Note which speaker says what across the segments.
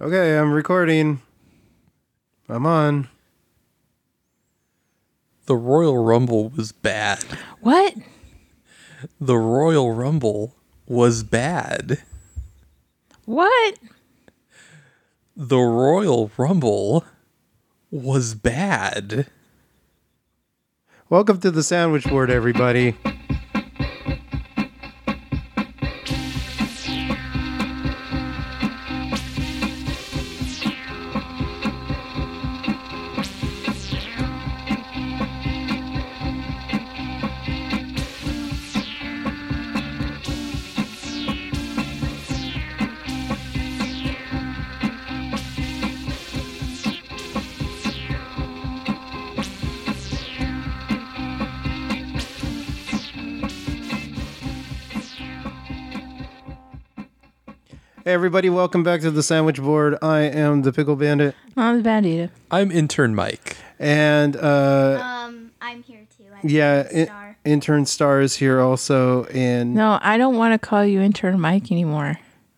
Speaker 1: Okay, I'm recording. I'm on.
Speaker 2: The Royal Rumble was bad.
Speaker 3: What?
Speaker 2: The Royal Rumble was bad.
Speaker 3: What?
Speaker 2: The Royal Rumble was bad.
Speaker 1: Welcome to the sandwich board, everybody. Hey, everybody, welcome back to the sandwich board. I am the Pickle Bandit.
Speaker 3: I'm a bad eater.
Speaker 2: I'm intern Mike.
Speaker 1: And, uh,
Speaker 4: Um, I'm here too. I
Speaker 1: yeah,
Speaker 4: think it's
Speaker 1: in-
Speaker 4: Star.
Speaker 1: intern star is here also. And,
Speaker 3: No, I don't want to call you intern Mike anymore.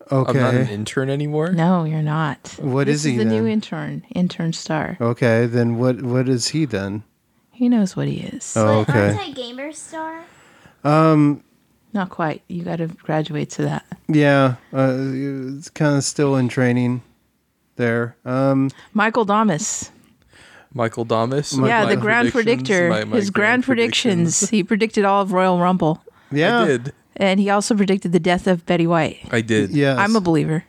Speaker 1: okay.
Speaker 2: I'm not an intern anymore.
Speaker 3: No, you're not.
Speaker 1: What
Speaker 3: What
Speaker 1: is
Speaker 3: is
Speaker 1: he
Speaker 3: The new
Speaker 1: then?
Speaker 3: intern, intern star.
Speaker 1: Okay, then what? what is he then?
Speaker 3: He knows what he is.
Speaker 1: Oh,
Speaker 4: But
Speaker 1: okay.
Speaker 4: aren't I gamer star?
Speaker 3: Not quite. You got to graduate to that.
Speaker 1: Yeah, uh, it's kind of still in training there. Um,
Speaker 3: Michael Domas.
Speaker 2: Michael Domus.
Speaker 3: yeah,
Speaker 2: my
Speaker 3: the grand
Speaker 2: predictions,
Speaker 3: predictor.
Speaker 2: my- my
Speaker 3: His grand, predictions. He predictions. he predicted all of Royal Rumble,
Speaker 1: yeah.
Speaker 2: I did.
Speaker 3: and he also predicted the death of Betty White.
Speaker 2: I did.
Speaker 1: Yes.
Speaker 3: I'm a believer.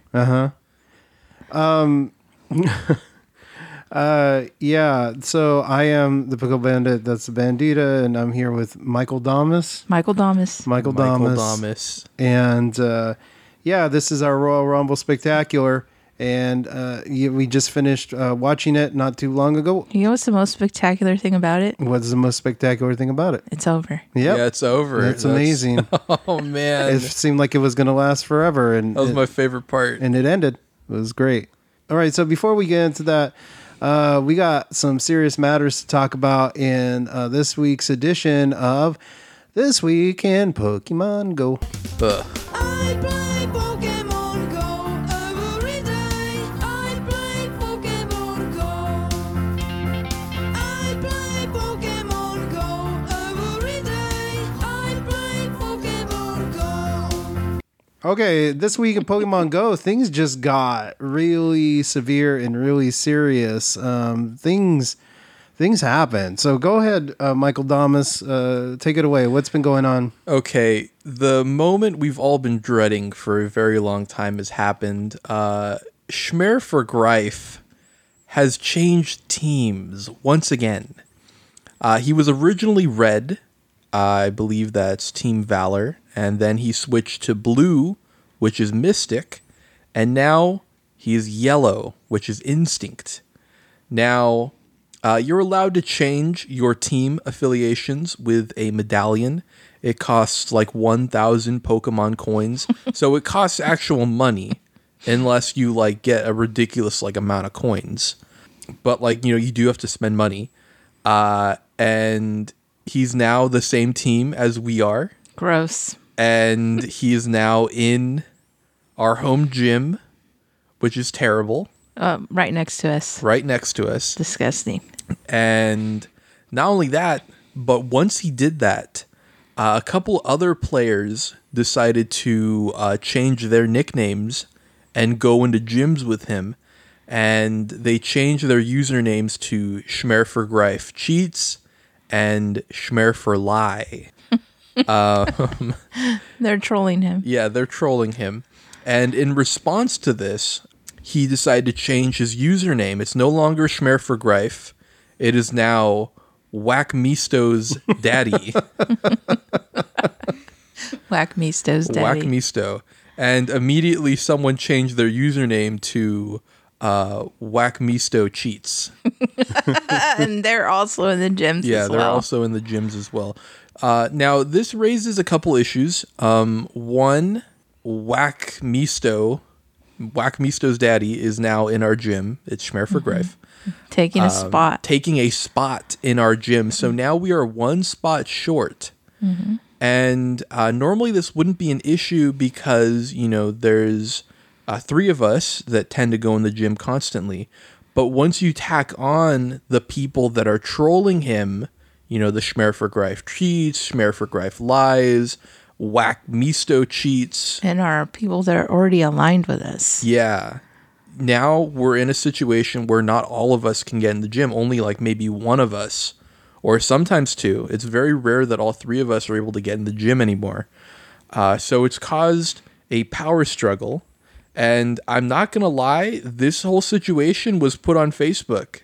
Speaker 1: Uh, yeah. So I am the Pickle Bandit. That's the Bandita, and I'm here with Michael Domus.
Speaker 3: Michael Domas.
Speaker 1: Michael,
Speaker 2: Michael
Speaker 1: Domus.
Speaker 2: Domus.
Speaker 1: And uh, yeah, this is our Royal Rumble spectacular, and uh, y- we just finished uh, watching it not too long ago.
Speaker 3: you know what's the most spectacular thing about it?
Speaker 1: What's the most spectacular thing about it?
Speaker 3: It's over.
Speaker 1: Yep.
Speaker 2: Yeah, it's over.
Speaker 1: that's, amazing.
Speaker 2: Oh man,
Speaker 1: it seemed like it was going to last forever, and
Speaker 2: that was
Speaker 1: it-
Speaker 2: my favorite part.
Speaker 1: and it ended. It was great. All right, so before we get into that, uh, we got some serious matters to talk about in uh, this week's edition of This Week in Pokemon Go.
Speaker 2: Ugh.
Speaker 5: I play Pokemon Go every day. I play Pokemon Go. I play Pokemon Go every day. I play Pokemon Go.
Speaker 1: Okay, this week in Pokemon Go, things just got really severe and really serious. Um, things things happened. So go ahead, uh, Michael Damas, uh, take it away. What's been going on?
Speaker 2: Okay, the moment we've all been dreading for a very long time has happened. Uh, Schmer for Greif has changed teams once again. Uh, he was originally red, I believe that's Team Valor, and then he switched to blue, which is Mystic, and now he is yellow, which is Instinct. Now, uh, you're allowed to change your team affiliations with a medallion. It costs like 1,000 Pokemon coins. so it costs actual money unless you like get a ridiculous like amount of coins. But like, you know, you do have to spend money. Uh, and he's now the same team as we are.
Speaker 3: Gross.
Speaker 2: And he is now in our home gym, which is terrible,
Speaker 3: Um, right next to us.
Speaker 2: right next to us.
Speaker 3: Disgusting.
Speaker 2: And not only that, but once he did that, uh, a couple other players decided to uh, change their nicknames and go into gyms with him. And they changed their usernames to Schmer for Greif Cheats and Schmer for Lie.
Speaker 3: They're trolling him.
Speaker 2: Yeah, they're trolling him. And in response to this, he decided to change his username. It's no longer Schmer for Greif. It is now Whack Misto's daddy.
Speaker 3: Whack Misto's daddy.
Speaker 2: Whack Misto. And immediately someone changed their username to uh, Whack Misto Cheats.
Speaker 3: and they're also in the gyms
Speaker 2: Yeah,
Speaker 3: as
Speaker 2: they're
Speaker 3: well.
Speaker 2: also in the gyms as well. Uh, now, this raises a couple issues. Um, one, Whack Misto, Whack Misto's daddy is now in our gym. It's Schmer for Greif, um,
Speaker 3: taking a spot.
Speaker 2: taking a spot in our gym. So now we are one spot short. And uh, normally this wouldn't be an issue because, you know, there's uh, three of us that tend to go in the gym constantly. But once you tack on the people that are trolling him, you know, the Schmer for Greif cheats, Schmer for Greif lies, whack Misto cheats.
Speaker 3: and are people that are already aligned with us.
Speaker 2: Yeah. Now we're in a situation where not all of us can get in the gym, only like maybe one of us or sometimes two. It's very rare that all three of us are able to get in the gym anymore. Uh, so it's caused a power struggle. And I'm not going to lie, this whole situation was put on Facebook.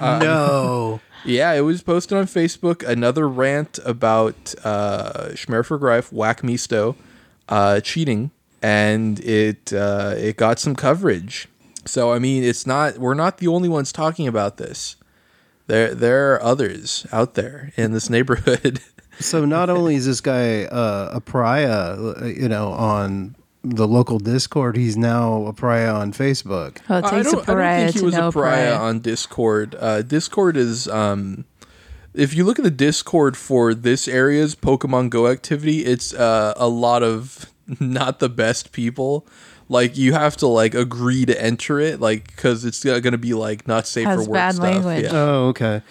Speaker 1: no.
Speaker 2: Yeah, it was posted on Facebook. Another rant about uh, Schmer for Greif, Whack Misto, uh, cheating, and it uh, it got some coverage. So I mean, it's not we're not the only ones talking about this. There there are others out there in this neighborhood.
Speaker 1: So not only is this guy uh, a pariah, uh, you know, on the local Discord, he's now a pariah on Facebook.
Speaker 3: Oh, it
Speaker 2: I don't, I
Speaker 3: takes a
Speaker 2: don't
Speaker 3: pariah
Speaker 2: think he
Speaker 3: to
Speaker 2: was
Speaker 3: know
Speaker 2: a pariah, on Discord. Uh, Discord is um, if you look at the Discord for this area's Pokemon Go activity, it's uh, a lot of not the best people. Like you have to like agree to enter it, like because it's going to be like not safe
Speaker 3: Has
Speaker 2: for work
Speaker 3: bad
Speaker 2: stuff.
Speaker 3: language.
Speaker 2: Yeah.
Speaker 1: Oh, okay.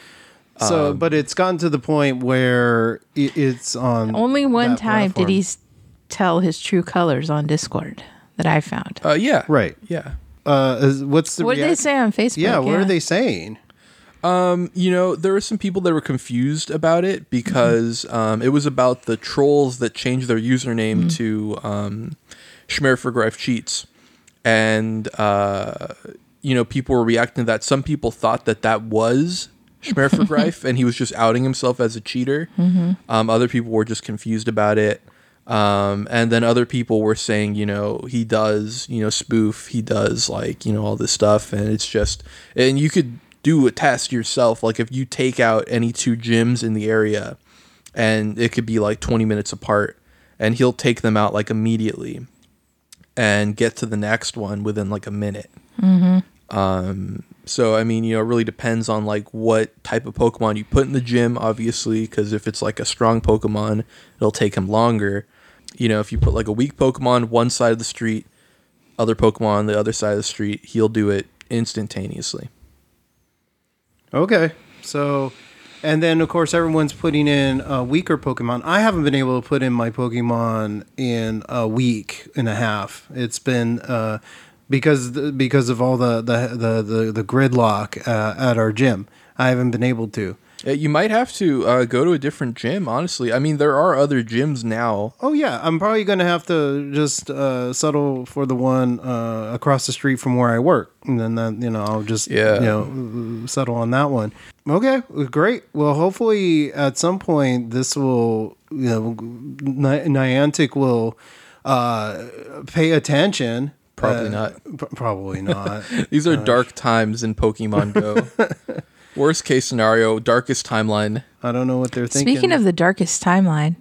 Speaker 1: So, but it's gotten to the point where i it's on.
Speaker 3: Only one
Speaker 1: that
Speaker 3: time did he
Speaker 1: platform.
Speaker 3: s- tell his true colors on Discord that I found.
Speaker 2: Uh, yeah.
Speaker 1: Right.
Speaker 2: Yeah.
Speaker 1: Uh, is- what's the?
Speaker 3: what did they
Speaker 1: react-
Speaker 3: say on Facebook?
Speaker 1: Yeah, what are they saying?
Speaker 2: you know, there were some people that were confused about it because um, it was about the trolls that changed their username to um, Schmer for Greif Cheats. And, uh, you know, people were reacting to that. Some people thought that that was Schmer for Greif and he was just outing himself as a cheater. Um, other people were just confused about it. Um, and then other people were saying, you know, he does, you know, spoof, he does like, you know, all this stuff. And it's just, and you could do a test yourself. Like if you take out any two gyms in the area and it could be like 20 minutes apart and he'll take them out like immediately and get to the next one within like a minute. Mm-hmm. Um, so I mean, you know, it really depends on like what type of Pokemon you put in the gym, obviously, because if it's like a strong Pokemon, it'll take him longer. You know, if you put like a weak Pokemon one side of the street, other Pokemon on the other side of the street, he'll do it instantaneously.
Speaker 1: Okay. So, and then of course everyone's putting in uh, weaker Pokemon. I haven't been able to put in my Pokemon in a week and a half. It's been uh, because because of all the the the the, the gridlock uh, at our gym. I haven't been able to.
Speaker 2: Uh, You might have to uh, go to a different gym, honestly. I mean, there are other gyms now.
Speaker 1: Oh yeah, I'm probably gonna have to just uh, settle for the one uh, across the street from where I work, and then that, you know I'll just
Speaker 2: Yeah.
Speaker 1: you know settle on that one. Okay, great. Well, hopefully at some point this will you know Ni- Niantic will uh, pay attention.
Speaker 2: Probably
Speaker 1: Uh,
Speaker 2: not.
Speaker 1: p- probably not.
Speaker 2: These are dark times in Pokemon Go. Worst case scenario, darkest timeline,
Speaker 1: I don't know what they're thinking.
Speaker 3: Speaking of the darkest timeline,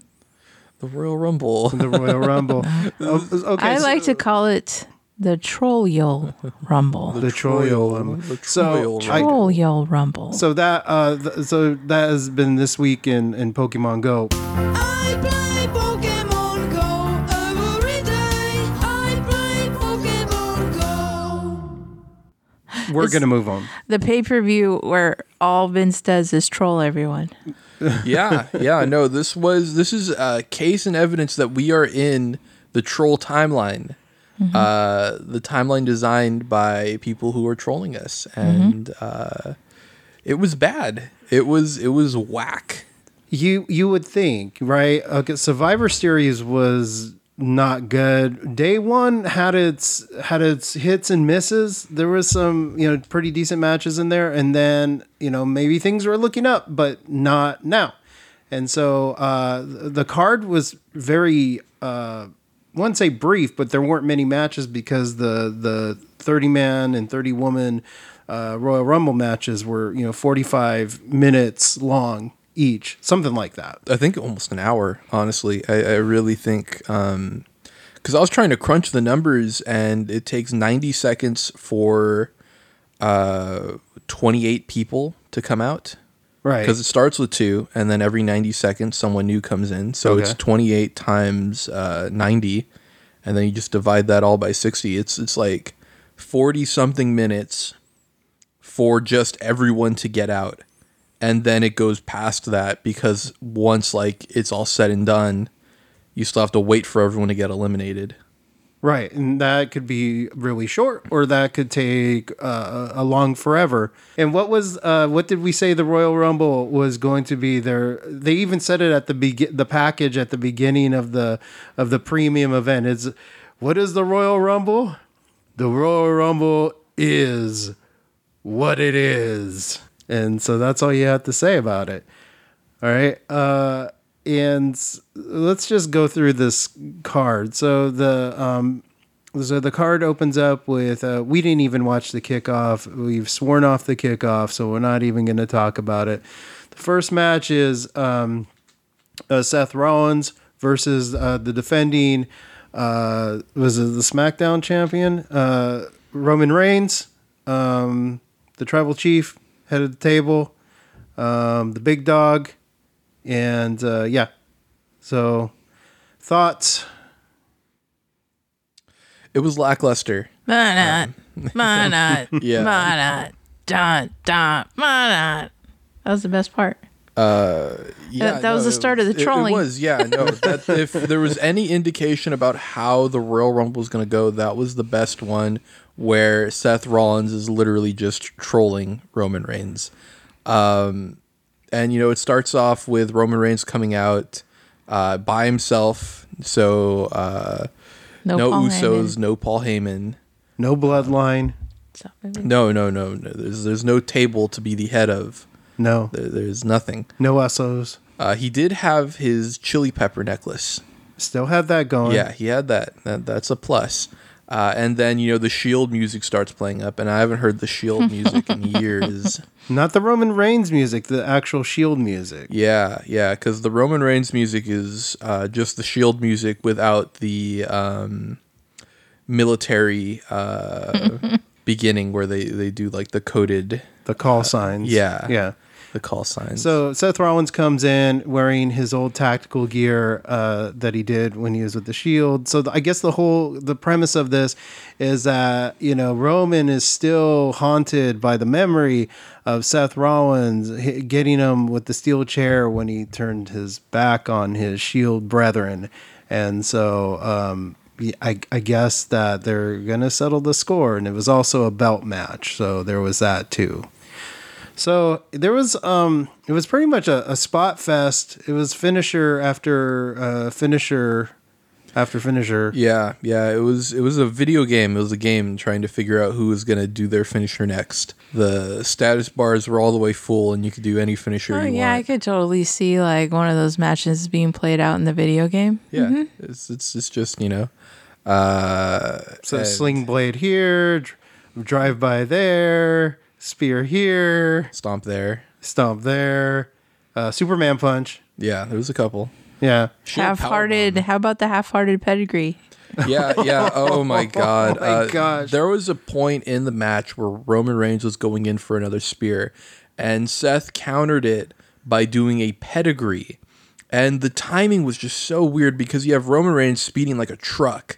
Speaker 2: the Royal Rumble.
Speaker 1: the Royal Rumble, Oh, okay,
Speaker 3: I
Speaker 1: so-
Speaker 3: like to call it the Troll Yule Rumble.
Speaker 1: the Troyal Rumble.
Speaker 2: The
Speaker 1: So
Speaker 2: Troyal
Speaker 1: I-
Speaker 2: Rumble.
Speaker 3: Troll Yule Rumble.
Speaker 1: So that uh, th- so that has been this week in in Pokemon Go.
Speaker 5: I play Pokemon Go every day. I play Pokemon Go.
Speaker 1: We're gonna move on.
Speaker 3: the pay per view where all Vince does is troll everyone.
Speaker 2: yeah, yeah, no, this was this is a case and evidence that we are in the troll timeline. Uh, the timeline designed by people who are trolling us and uh, it was bad. It was it was whack.
Speaker 1: You you would think right? Okay, Survivor Series was not good. Day one had its had its hits and misses. There was some you know pretty decent matches in there, and then you know maybe things were looking up, but not now. And so uh, th- the card was very uh, I wouldn't say brief, but there weren't many matches because the the thirty man and thirty woman uh, Royal Rumble matches were you know forty five minutes long each, something like that.
Speaker 2: I think almost an hour. Honestly, I, I really think because I was trying to crunch the numbers, and it takes ninety seconds for uh, twenty-eight people to come out
Speaker 1: Right.
Speaker 2: because it starts with two, and then every ninety seconds someone new comes in. So it's
Speaker 1: Okay.
Speaker 2: twenty-eight times uh, ninety, and then you just divide that all by 60 it's it's like 40 something minutes for just everyone to get out and then it goes past that because once like it's all said and done you still have to wait for everyone to get eliminated
Speaker 1: Right, and that could be really short, or that could take uh, a long forever. And what was uh, what did we say the Royal Rumble was going to be? There, they even said it at the be- the package at the beginning of the of the premium event. It's what is the Royal Rumble? The Royal Rumble is what it is, and so that's all you have to say about it. All right. Uh, and s- let's just go through this card. So the um, so the card opens up with uh, we didn't even watch the kickoff. We've sworn off the kickoff, so we're not even going to talk about it. The first match is um, uh, Seth Rollins versus uh, the defending uh, was it the SmackDown champion uh, Roman Reigns, um, the Tribal Chief, head of the table um, the big dog, and uh, yeah. So, thoughts?
Speaker 2: it was lackluster
Speaker 3: Manat. Manat.
Speaker 2: Yeah.
Speaker 3: Manat. Dun, dun, manat. That was the best part. that was the
Speaker 2: it
Speaker 3: start of the
Speaker 2: it-
Speaker 3: trolling.
Speaker 2: It, was, yeah. No, that, if there was any indication about how the Royal Rumble was going to go, that was the best one, where Seth Rollins is literally just trolling Roman Reigns. Um, and you know, it starts off with Roman Reigns coming out uh, by himself, so uh,
Speaker 3: No,
Speaker 2: no,
Speaker 3: Paul
Speaker 2: Usos,
Speaker 3: Heyman.
Speaker 2: no Paul Heyman.
Speaker 1: No bloodline.
Speaker 3: Stop it.
Speaker 2: No, no, no, no. There's there's no table to be the head of.
Speaker 1: No,
Speaker 2: There, there's nothing.
Speaker 1: no Essos.
Speaker 2: Uh, he did have his chili pepper necklace.
Speaker 1: Still have that going.
Speaker 2: Yeah, he had that. that that's a plus. Uh, and then you know the Shield music starts playing up, and I haven't heard the Shield music in years.
Speaker 1: Not the Roman Reigns music, the actual Shield E music.
Speaker 2: Yeah, yeah, because the Roman Reigns music is uh, just the Shield music without the um, military uh, beginning where they they do like the coded
Speaker 1: The call signs.
Speaker 2: yeah.
Speaker 1: Yeah.
Speaker 2: the call signs.
Speaker 1: So Seth Rollins comes in wearing his old tactical gear uh, that he did when he was with the Shield. So the, I guess the whole the premise of this is that you know Roman is still haunted by the memory of Seth Rollins hi- getting him with the steel chair when he turned his back on his Shield brethren, and so. Um, y- I, I guess that they're gonna settle the score, and it was also a belt match, so there was that too. So there was um it was pretty much a, a spot fest. It was finisher after uh finisher after finisher.
Speaker 2: yeah, yeah, it was it was a video game. It was a game trying to figure out who was gonna do their finisher next. The status bars were all the way full, and you could do any finisher
Speaker 3: Oh,
Speaker 2: you
Speaker 3: yeah, I
Speaker 2: want.
Speaker 3: could totally see like one of those matches being played out in the video game.
Speaker 2: Yeah, it's, it's it's just you know. uh, eh,
Speaker 1: so
Speaker 2: and-
Speaker 1: sling blade here, dr- drive by there, spear here,
Speaker 2: stomp there.
Speaker 1: stomp there, uh, Superman punch.
Speaker 2: Yeah, there was a couple.
Speaker 1: Yeah.
Speaker 2: Shield power
Speaker 3: Half-hearted. How about the half-hearted pedigree?
Speaker 2: bomb. Yeah, yeah. Oh my god.
Speaker 1: my
Speaker 2: Uh,
Speaker 1: gosh.
Speaker 2: There was a point in the match where Roman Reigns was going in for another spear, and Seth countered it by doing a pedigree, and the timing was just so weird because you have Roman Reigns speeding like a truck,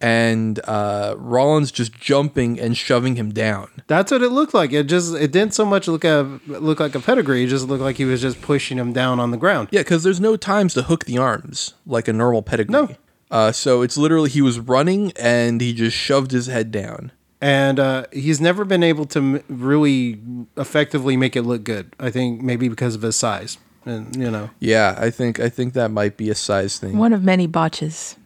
Speaker 2: and uh, Rollins just jumping and shoving him down.
Speaker 1: That's what it looked like. It just it didn't so much look a look like a pedigree, it just looked like he was just pushing him down on the ground.
Speaker 2: Yeah, because there's no times to hook the arms like a normal pedigree.
Speaker 1: No.
Speaker 2: Uh, so it's literally he was running and he just shoved his head down.
Speaker 1: and uh, he's never been able to m- really effectively make it look good. I think maybe because of his size, and you know,
Speaker 2: Yeah, I think I think that might be a size thing.
Speaker 3: One of many botches.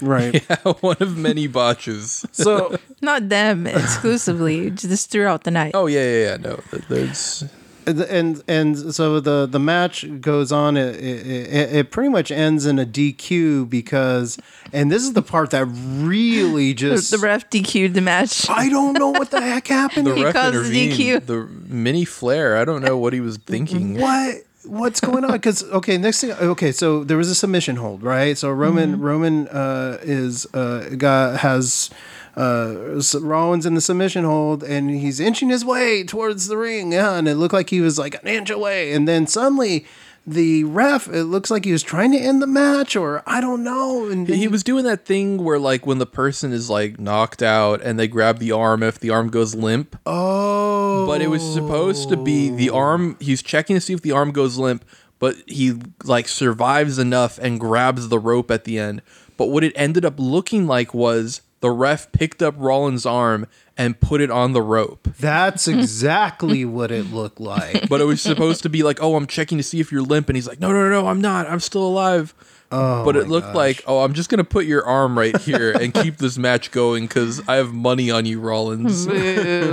Speaker 1: right?
Speaker 2: One of many botches.
Speaker 1: So
Speaker 3: Not them exclusively, just throughout the night.
Speaker 2: Oh yeah, yeah, yeah. No, th- there's
Speaker 1: and and- and so the the match goes on. It, it it- it pretty much ends in a DQ because, and this is the part that really
Speaker 3: The,
Speaker 1: just
Speaker 3: the ref DQ'd the match.
Speaker 1: I don't know what the heck happened.
Speaker 2: the
Speaker 3: He
Speaker 2: ref
Speaker 3: calls
Speaker 2: intervened.
Speaker 3: DQ.
Speaker 2: The mini flare. I don't know what he was thinking.
Speaker 1: what what's going on because okay next thing okay so there was a submission hold right so roman roman uh is uh got has uh S- rollins in the submission hold and he's inching his way towards the ring yeah and it looked like he was like an inch away and then suddenly the ref, it looks like he was trying to end the match, or I don't know. And
Speaker 2: He was doing that thing where, like, when the person is like knocked out and they grab the arm, if the arm goes limp,
Speaker 1: oh,
Speaker 2: but it was supposed to be the arm. He's checking to see if the arm goes limp, but he like survives enough and grabs the rope at the end. But what it ended up looking like was the ref picked up Rollins' arm and put it on the rope.
Speaker 1: that's exactly what it looked like.
Speaker 2: But it was supposed to be like, oh, I'm checking to see if you're limp, and he's like, no, no, no, no I'm not. I'm still alive. but it looked like, oh, I'm just gonna put your arm right here and keep this match going because I have money on you, Rollins.
Speaker 3: Boo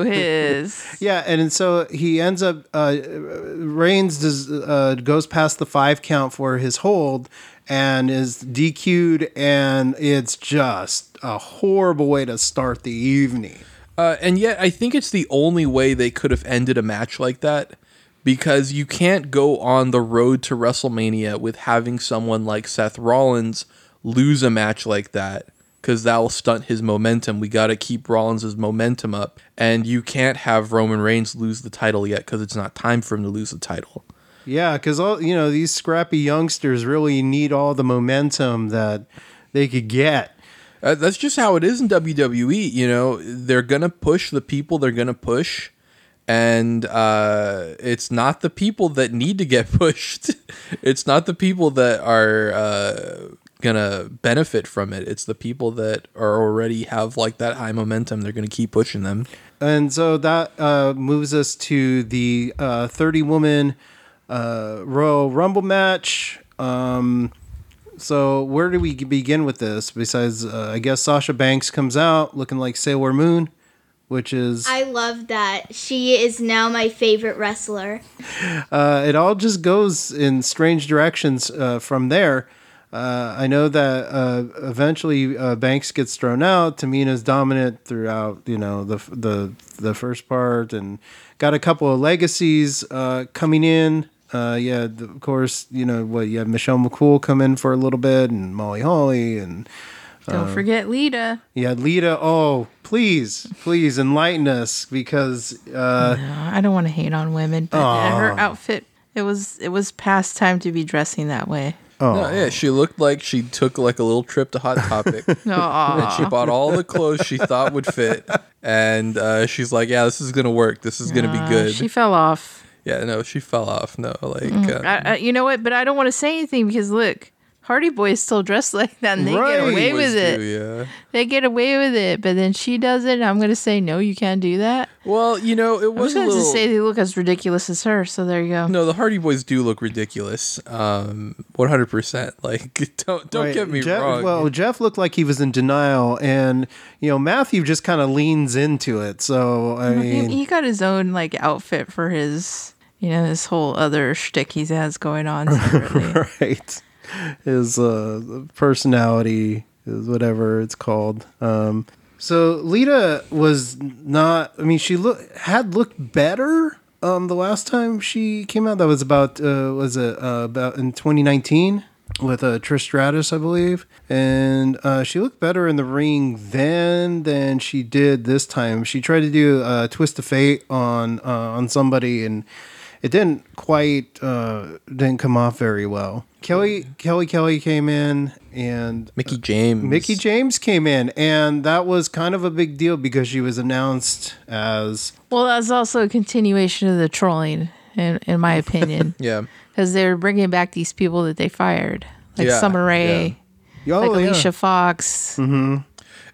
Speaker 3: his.
Speaker 1: Yeah, and, and so he ends up uh, Reigns does, uh, goes past the five count for his hold and is DQ'd, and it's just a horrible way to start the evening.
Speaker 2: Uh, and yet, I think it's the only way they could have ended a match like that because you can't go on the road to WrestleMania with having someone like Seth Rollins lose a match like that because that will stunt his momentum. We got to keep Rollins' momentum up. And you can't have Roman Reigns lose the title yet because it's not time for him to lose the title.
Speaker 1: Yeah, because all you know, these scrappy youngsters really need all the momentum that they could get.
Speaker 2: Uh, that's just how it is in WWE. You know, they're gonna push the people they're gonna push, and uh, it's not the people that need to get pushed. it's not the people that are uh, gonna benefit from it. It's the people that are already have like that high momentum. They're gonna keep pushing them.
Speaker 1: And so that uh, moves us to the uh, 30 woman uh, Royal Rumble match. Um, so, where do we begin with this? Besides, uh, I guess Sasha Banks comes out looking like Sailor Moon, which is.
Speaker 4: I love that. She is now my favorite wrestler.
Speaker 1: uh, it all just goes in strange directions uh, from there. Uh, I know that uh, eventually uh, Banks gets thrown out. Tamina's dominant throughout, you know, the the the first part, and got a couple of legacies uh, coming in. Uh, yeah, the- of course, you know what? You have Michelle McCool come in for a little bit, and Molly Holly, and
Speaker 2: Uh,
Speaker 3: Don't forget Lita.
Speaker 1: yeah, Lita. Oh, please, please enlighten us because uh,
Speaker 3: I don't want to hate on women, but uh, her outfit it was it was past time to be dressing that way.
Speaker 2: No, yeah, she looked like she took like a little trip to Hot Topic.
Speaker 3: No,
Speaker 2: And she bought all the clothes she thought would fit, and uh, she's like, "Yeah, this is gonna work. This is gonna be good."
Speaker 3: she fell off.
Speaker 2: yeah, no, she fell off. No, like, uh,
Speaker 3: Mm, I, I, you know what? But I don't want to say anything because look, Hardy Boys still dress like that, and they
Speaker 1: Right.
Speaker 3: get away
Speaker 2: always
Speaker 3: with it.
Speaker 2: do, yeah.
Speaker 3: They get away with it. But then she does it. And I'm gonna say no, you can't do that.
Speaker 2: Well, you know, it
Speaker 3: I was
Speaker 2: was a
Speaker 3: gonna
Speaker 2: little.
Speaker 3: just say they look as ridiculous as her. So there you go.
Speaker 2: no, the Hardy Boys do look ridiculous. Um, one hundred percent. Like, don't don't
Speaker 1: Right,
Speaker 2: get me
Speaker 1: Jeff-
Speaker 2: wrong.
Speaker 1: Well, Jeff looked like he was in denial, and you know Matthew just kind of leans into it. So I
Speaker 3: he,
Speaker 1: mean,
Speaker 3: he got his own like outfit for his. You know this whole other shtick he has going on separately.
Speaker 1: right, his uh, personality is whatever it's called. Um, so Lita was not. I mean, she look had looked better. Um, the last time she came out, that was about uh, was it uh, about in 2019 with uh, Trish Stratus, I believe, and uh, she looked better in the ring then than she did this time. She tried to do a twist of fate on uh, on somebody, and it didn't quite uh, didn't come off very well. Kelly Kelly Kelly came in and
Speaker 2: Mickey James.
Speaker 1: Mickey James came in, and that was kind of a big deal because she was announced as
Speaker 3: well, that's also a continuation of the trolling, in in my opinion,
Speaker 2: Yeah.
Speaker 3: because they're bringing back these people that they fired, like
Speaker 2: Yeah,
Speaker 3: Summer Rae.
Speaker 2: yeah. Mm-hmm.
Speaker 1: oh,
Speaker 3: like
Speaker 1: yeah.
Speaker 3: Alicia Fox.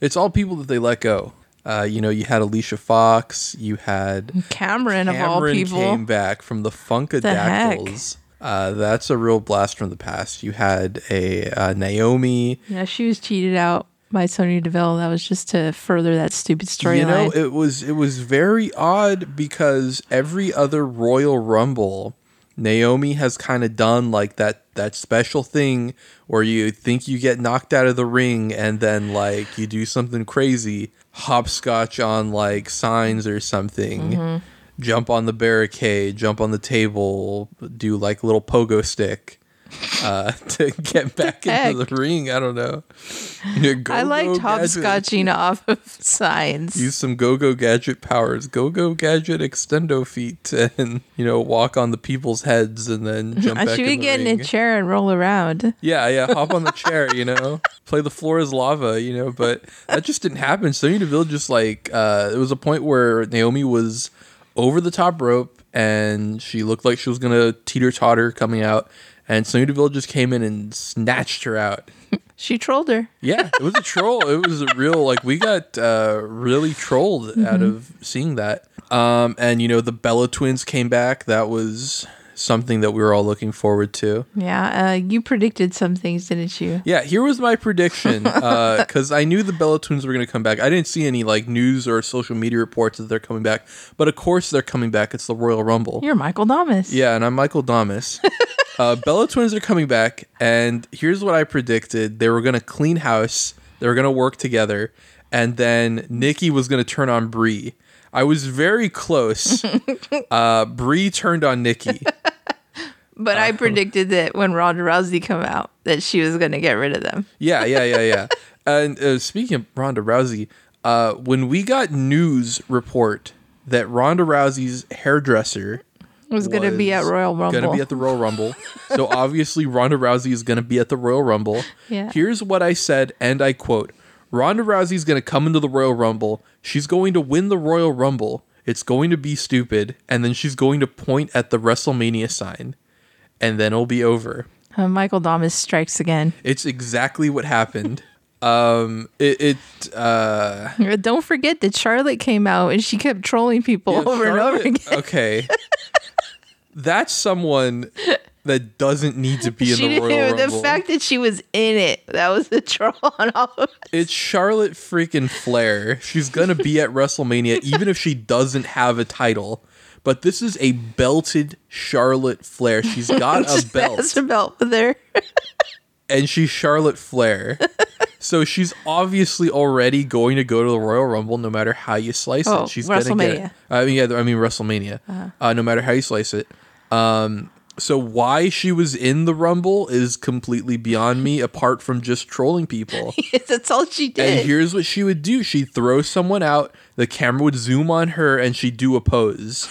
Speaker 2: It's all people that they let go. Uh, you know, you had Alicia Fox. You had
Speaker 3: Cameron, of all
Speaker 2: Cameron
Speaker 3: people.
Speaker 2: came back from the
Speaker 3: heck?
Speaker 2: Funkadactyls. Uh, that's a real blast from the past. You had a uh, Naomi.
Speaker 3: Yeah, she was cheated out by Sonya Deville. That was just to further that stupid storyline.
Speaker 2: You know, it was it was very odd because every other Royal Rumble, Naomi has kind of done like that that special thing where you think you get knocked out of the ring and then like you do something crazy, hopscotch on like signs or something.
Speaker 3: Mm-hmm.
Speaker 2: Jump on the barricade, jump on the table, do like little pogo stick. uh, to get back
Speaker 3: heck?
Speaker 2: into the ring. I don't know. Yeah, go,
Speaker 3: I liked
Speaker 2: Gadget.
Speaker 3: hopscotching off of signs.
Speaker 2: Use some go-go gadget powers. Go-go gadget extendo feet, and you know, walk on the people's heads, and then jump.
Speaker 3: I
Speaker 2: back
Speaker 3: should
Speaker 2: in
Speaker 3: be
Speaker 2: the
Speaker 3: getting
Speaker 2: ring.
Speaker 3: a chair and roll around.
Speaker 2: Yeah, yeah. Hop on the chair, you know. Play the floor is lava, you know. But that just didn't happen. Sonya Deville just like uh, it was a point where Naomi was over the top rope, and she looked like she was gonna teeter totter coming out, and Sonya Deville just came in and snatched her out.
Speaker 3: She trolled her.
Speaker 2: Yeah, it was a troll. it was a real like we got uh, really trolled out of seeing that. Um, and you know the Bella twins came back. That was something that we were all looking forward to.
Speaker 3: Yeah, uh, you predicted some things, didn't you?
Speaker 2: Yeah, here was my prediction because I knew the Bella twins were going to come back. I didn't see any like news or social media reports that they're coming back, but of course they're coming back. It's the Royal Rumble.
Speaker 3: You're Michael Thomas.
Speaker 2: Yeah, and I'm Michael Domus. uh, Bella twins are coming back, and here's what I predicted: they were going to clean house, they were going to work together, and then Nikki was going to turn on Bree. I was very close. uh, Bree turned on Nikki.
Speaker 3: But
Speaker 2: Uh, um,
Speaker 3: I predicted that when Ronda Rousey come out, that she was going to get rid of them.
Speaker 2: Yeah, yeah, yeah, yeah. and uh, speaking of Ronda Rousey, uh, when we got news report that Ronda Rousey's hairdresser
Speaker 3: Was, going to be at
Speaker 2: was
Speaker 3: Royal Rumble.
Speaker 2: Gonna be at the Royal Rumble. so obviously Ronda Rousey is gonna be at the Royal Rumble.
Speaker 3: Yeah.
Speaker 2: Here's what I said, and I quote: Ronda Rousey is gonna come into the Royal Rumble. She's going to win the Royal Rumble. It's going to be stupid, and then she's going to point at the WrestleMania sign, and then it'll be over.
Speaker 3: Uh, Michael Thomas strikes again.
Speaker 2: It's exactly what happened. um, it, it uh,
Speaker 3: Don't forget that Charlotte came out and she kept trolling people
Speaker 2: Yeah,
Speaker 3: over and over
Speaker 2: Charlotte-
Speaker 3: again.
Speaker 2: Okay. That's someone that doesn't need to be in
Speaker 3: She
Speaker 2: the
Speaker 3: didn't,
Speaker 2: Royal
Speaker 3: the
Speaker 2: Rumble.
Speaker 3: fact that she was in it, that was the troll on all of it.
Speaker 2: it's Charlotte freaking Flair. She's gonna be at WrestleMania even if she doesn't have a title. But this is a belted Charlotte Flair. She's got a
Speaker 3: That's
Speaker 2: belt,
Speaker 3: a belt with her.
Speaker 2: and she's Charlotte Flair. So she's obviously already going to go to the Royal Rumble, no matter how you slice
Speaker 3: Oh,
Speaker 2: it. She's gonna get it.
Speaker 3: WrestleMania. Uh-huh.
Speaker 2: I mean, yeah, I mean WrestleMania. Uh, no matter how you slice it. Um, so why she was in the Rumble is completely beyond me. Apart from just trolling people.
Speaker 3: That's all she
Speaker 2: And
Speaker 3: did.
Speaker 2: here's what she would do: she'd throw someone out, the camera would zoom on her, and she'd do a pose.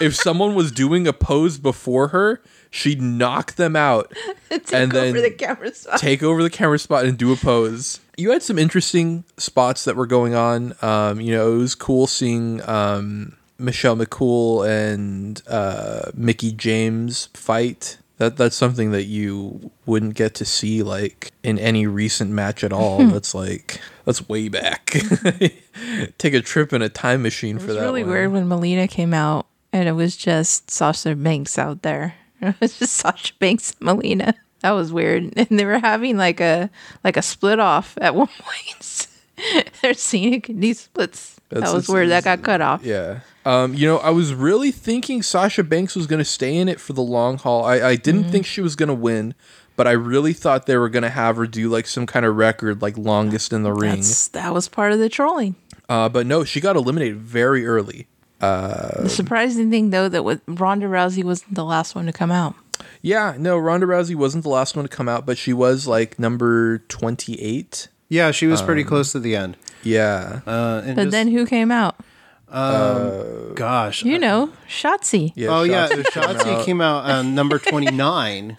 Speaker 2: if someone was doing a pose before her, she'd knock them out,
Speaker 3: Take
Speaker 2: and then
Speaker 3: over the camera spot.
Speaker 2: take over the camera spot and do a pose. You had some interesting spots that were going on. Um, you know, it was cool seeing um, Michelle McCool and uh, Mickey James fight. That that's something that you wouldn't get to see like in any recent match at all.
Speaker 3: Hmm.
Speaker 2: that's like that's way back. Take a trip in a time machine
Speaker 3: It
Speaker 2: for
Speaker 3: was
Speaker 2: that.
Speaker 3: really
Speaker 2: one.
Speaker 3: weird when Melina came out and it was just Sasha Banks out there. It was just Sasha Banks and Melina. That was weird. And they were having like a like a split off at one point. They're seeing it can do splits.
Speaker 2: That's-
Speaker 3: that was
Speaker 2: that's-
Speaker 3: weird. That got cut off.
Speaker 2: Yeah. Um, you know, I was really thinking Sasha Banks was going to stay in it for the long haul. I, I didn't think she was going to win, but I really thought they were going to have her do like some kind of record, like longest in the ring.
Speaker 3: That's, that was part of the trolling.
Speaker 2: Uh, but no, she got eliminated very early.
Speaker 3: The surprising thing though that with Ronda Rousey wasn't the last one to come out.
Speaker 2: Yeah, no, Ronda Rousey wasn't the last one to come out, but she was like number 28.
Speaker 1: Yeah, she was
Speaker 2: Um,
Speaker 1: pretty close to the end.
Speaker 2: Yeah.
Speaker 1: Uh, and
Speaker 3: But
Speaker 1: just-
Speaker 3: then who came out?
Speaker 1: gosh, uh,
Speaker 3: You know, Shotzi.
Speaker 2: yeah
Speaker 1: oh yeah,
Speaker 2: Shotzi came
Speaker 1: Shotzi
Speaker 2: out.
Speaker 1: came out on number twenty nine,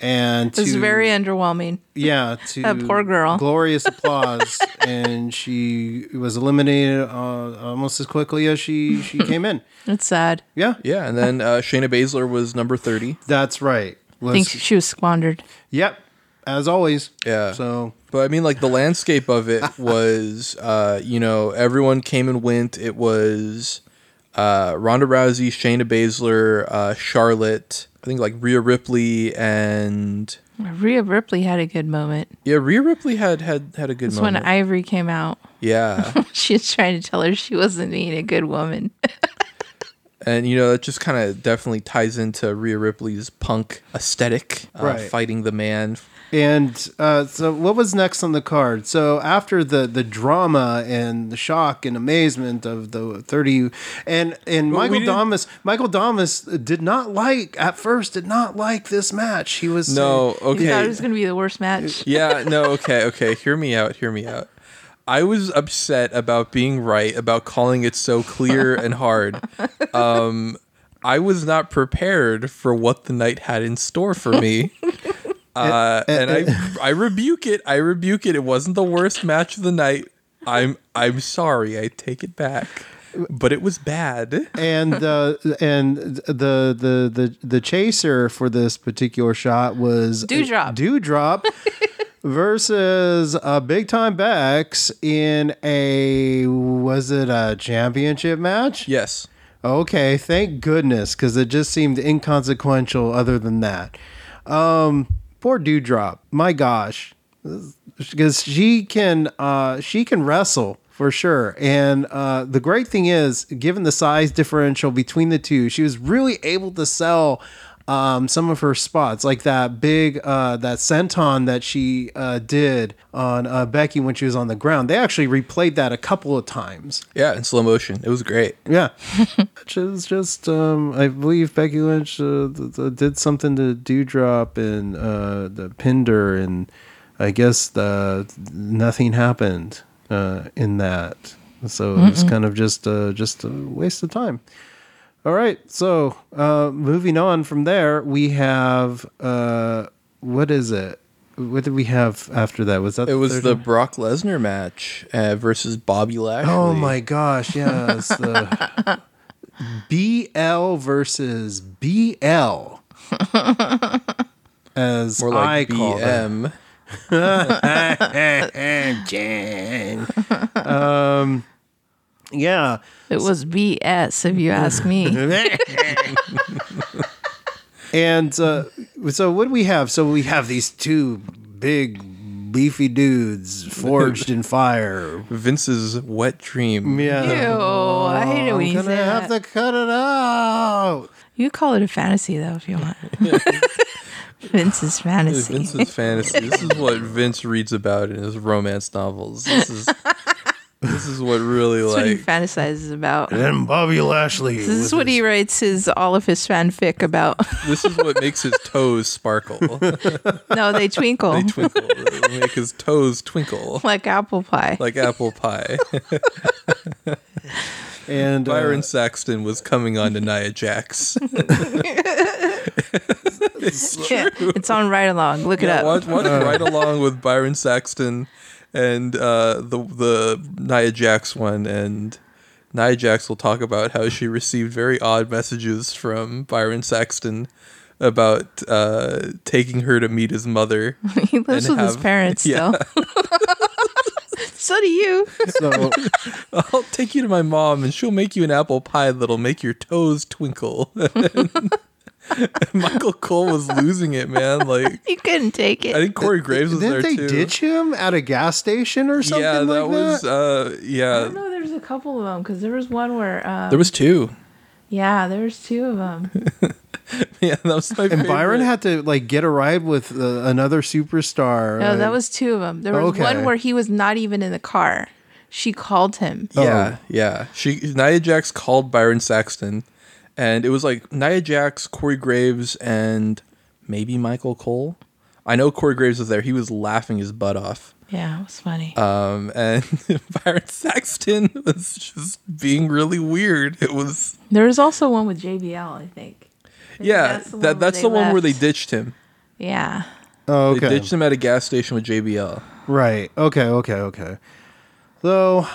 Speaker 1: and
Speaker 3: It was
Speaker 1: to-
Speaker 3: very underwhelming.
Speaker 1: yeah to
Speaker 3: That poor girl.
Speaker 1: glorious applause, and she was eliminated uh, almost as quickly as she she came in.
Speaker 3: It's sad.
Speaker 1: Yeah,
Speaker 2: Yeah, and then uh, Shayna Baszler was number 30.
Speaker 1: that's right.
Speaker 3: I think
Speaker 1: Was,
Speaker 3: she was squandered.
Speaker 1: yep, as always.
Speaker 2: Yeah.
Speaker 1: So
Speaker 2: But I mean, like the landscape of it was, uh, you know, everyone came and went. It was uh, Ronda Rousey, Shayna Baszler, uh, Charlotte. I think like Rhea Ripley and
Speaker 3: Rhea Ripley had a good moment.
Speaker 2: yeah, Rhea Ripley had had had a good
Speaker 3: It's when
Speaker 2: moment.
Speaker 3: Ivory came out.
Speaker 2: yeah,
Speaker 3: She was trying to tell her she wasn't being a good woman.
Speaker 2: and you know that just kind of definitely ties into Rhea Ripley's punk aesthetic, uh,
Speaker 1: Right.
Speaker 2: fighting the man
Speaker 1: And uh, so, what was next on the card? So after the the drama and the shock and amazement of the thirty, and and
Speaker 2: Well, we
Speaker 1: Michael
Speaker 2: didn't-
Speaker 1: Domus, Michael Domus did not like at first did not like this match. He was
Speaker 2: No,
Speaker 1: saying-
Speaker 3: He thought it
Speaker 2: okay.
Speaker 3: was going to be the worst match.
Speaker 2: yeah, no, okay, okay. Hear me out, hear me out. I was upset about being right, about calling it so clear and hard. Um, I was not prepared for what the night had in store for me. Uh, and I, I rebuke it. I rebuke it. It wasn't the worst match of the night. I'm, I'm sorry. I take it back. But it was bad.
Speaker 1: and uh, and the the the the chaser for this particular shot was
Speaker 3: Dewdrop.
Speaker 1: Dewdrop versus uh, Big Time Bex in a was it a championship match?
Speaker 2: Yes.
Speaker 1: Okay, thank goodness because it just seemed inconsequential. Other than that, um, poor Dewdrop. My gosh, because she can uh, she can wrestle for sure. And uh, the great thing is, given the size differential between the two, she was really able to sell um, some of her spots, like that big uh, that senton that she uh, did on uh, Becky when she was on the ground. They actually replayed that a couple of times.
Speaker 2: Yeah, in slow motion. It was great.
Speaker 1: Yeah, which is just um, I believe Becky Lynch uh, th- th- did something to Dewdrop and uh, the Pinder, and I guess the nothing happened uh, in that. So it was kind of just uh, just a waste of time. All right, so uh, moving on from there, we have uh, what is it? What did we have after that? Was that
Speaker 2: It was
Speaker 1: third
Speaker 2: the
Speaker 1: one?
Speaker 2: Brock Lesnar match uh, versus Bobby Lashley.
Speaker 1: Oh my gosh, yes. The BL versus BL. As
Speaker 2: More like
Speaker 1: I call them.
Speaker 2: BM.
Speaker 1: Um, Yeah.
Speaker 3: It was BS, if you ask me.
Speaker 1: And uh, so what do we have? So we have these two big beefy dudes forged in fire.
Speaker 2: Vince's wet dream.
Speaker 3: Ew,
Speaker 1: Yeah.
Speaker 3: I
Speaker 2: Oh,
Speaker 3: hate it when
Speaker 1: I'm
Speaker 3: you
Speaker 1: gonna
Speaker 3: say
Speaker 1: have
Speaker 3: that.
Speaker 1: to cut it out.
Speaker 3: you call it a fantasy, though, if you want. Vince's fantasy.
Speaker 2: Vince's fantasy. This is what Vince reads about in his romance novels. This is this is what really
Speaker 3: That's what he
Speaker 2: like
Speaker 3: fantasizes about.
Speaker 1: And Bobby Lashley.
Speaker 3: This is what he writes his all of his fanfic about.
Speaker 2: this is what makes his toes sparkle. they
Speaker 3: no, they twinkle
Speaker 2: twinkle. It'll make his toes twinkle.
Speaker 3: like apple pie.
Speaker 2: Like apple pie.
Speaker 1: and uh,
Speaker 2: Byron Saxton was coming on to Nia Jax.
Speaker 3: Yeah, it's on right along. Look it
Speaker 2: Yeah, Uh.
Speaker 3: up.
Speaker 2: watch, watch right along with Byron Saxton and uh, the the Nia Jax one, and Nia Jax will talk about how she received very odd messages from Byron Saxton about uh, taking her to meet his mother.
Speaker 3: he lives
Speaker 2: and
Speaker 3: with his
Speaker 2: have-
Speaker 3: parents
Speaker 2: yeah.
Speaker 3: still. so do you.
Speaker 1: so
Speaker 2: I'll take you to my mom, and she'll make you an apple pie that'll make your toes twinkle. Michael Cole was losing it, man. Like
Speaker 3: You couldn't take
Speaker 2: I
Speaker 3: it.
Speaker 2: think Corey Graves was
Speaker 1: didn't
Speaker 2: there
Speaker 1: they
Speaker 2: too.
Speaker 1: ditch him at a gas station or something
Speaker 2: yeah,
Speaker 1: like
Speaker 2: that was uh,
Speaker 3: I
Speaker 2: yeah.
Speaker 3: know there's a couple of them because there was one where, uh,
Speaker 2: There was two.
Speaker 3: yeah, there's two of them.
Speaker 2: Yeah, that was my
Speaker 1: And Byron
Speaker 2: favorite.
Speaker 1: had to like get a ride with uh, another superstar.
Speaker 3: No, Oh, that
Speaker 1: like-
Speaker 3: was two of them. There was
Speaker 1: Okay.
Speaker 3: one where he was not even in the car. She called him.
Speaker 2: Yeah,
Speaker 1: Oh.
Speaker 2: yeah. She Nia Jax called Byron Saxton, and it was like Nia Jax, Corey Graves, and maybe Michael Cole. I know Corey Graves was there. He was laughing his butt off.
Speaker 3: Yeah, it was funny.
Speaker 2: Um, and Byron Saxton was just being really weird. It was
Speaker 3: there was also one with JBL, I think.
Speaker 2: yeah.
Speaker 3: that's the one where
Speaker 2: that that's
Speaker 3: they
Speaker 2: the one where they
Speaker 3: left.
Speaker 2: ditched him.
Speaker 3: Yeah.
Speaker 1: oh,
Speaker 2: They
Speaker 1: okay.
Speaker 2: ditched him at a gas station with JBL.
Speaker 1: Right. Okay. Okay. Okay. So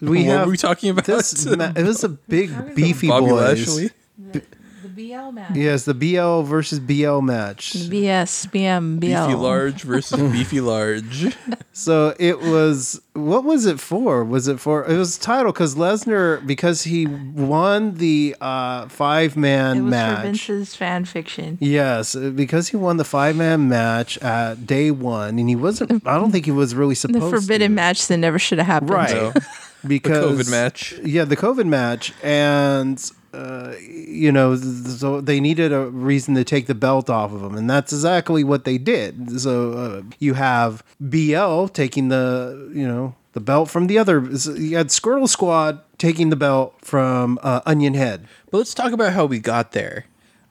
Speaker 1: we
Speaker 2: what
Speaker 1: have
Speaker 2: were we talking about?
Speaker 1: this. ma- it was a big beefy
Speaker 2: Bobby
Speaker 1: boys.
Speaker 2: Lashley.
Speaker 3: The BL match.
Speaker 1: Yes, the BL versus BL match.
Speaker 3: BS, BM, BL.
Speaker 2: Beefy large versus beefy large.
Speaker 1: So it was. What was it for? Was it for? It was title because Lesnar because he won the uh, five
Speaker 3: It
Speaker 1: man
Speaker 3: was
Speaker 1: match.
Speaker 3: for Vince's fan fiction.
Speaker 1: Yes, uh, because he won the five man match at day one, and he wasn't. I don't think he was really
Speaker 3: The
Speaker 1: supposed.
Speaker 3: forbidden match that never should have
Speaker 1: to.
Speaker 3: happened.
Speaker 1: right?
Speaker 2: No.
Speaker 1: Because
Speaker 2: COVID match.
Speaker 1: Yeah, the COVID match, and uh, you know, th- so they needed a reason to take the belt off of him, and that's exactly what they did. So uh, you have BL taking the, you know, the belt from the other. so You had Squirrel Squad taking the belt from uh, Onion Head.
Speaker 2: But let's talk about how we got there.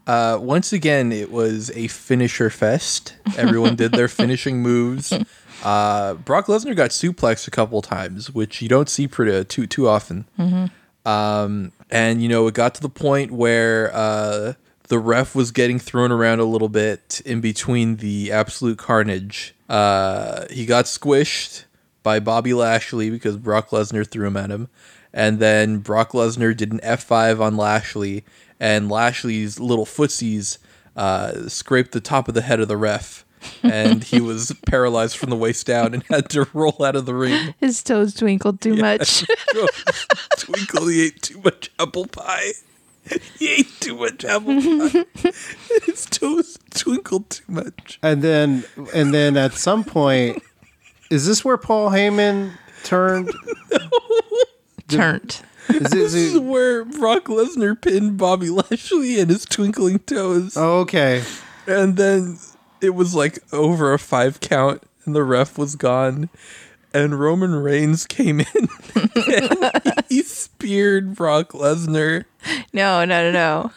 Speaker 2: Uh, once again, it was a finisher fest. Everyone did their finishing moves. Uh, Brock Lesnar got suplexed a couple times, which you don't see pretty too too often. Um, and you know, it got to the point where uh, the ref was getting thrown around a little bit in between the absolute carnage. Uh, he got squished by Bobby Lashley because Brock Lesnar threw him at him, and then Brock Lesnar did an F five on Lashley, and Lashley's little footsies uh, scraped the top of the head of the ref. and he was paralyzed from the waist down and had to roll out of the ring.
Speaker 3: His toes twinkled too much.
Speaker 2: Twinkle, he ate too much apple pie. He ate too much apple pie. His toes twinkled too much.
Speaker 1: And then, and then at some point, is this where Paul Heyman turned?
Speaker 3: Turned.
Speaker 1: Is
Speaker 2: This is
Speaker 1: it,
Speaker 2: where Brock Lesnar pinned Bobby Lashley and his twinkling toes.
Speaker 1: oh, okay.
Speaker 2: And then it was like over a five count, and the ref was gone. And Roman Reigns came in and he speared Brock Lesnar.
Speaker 3: No, no, no,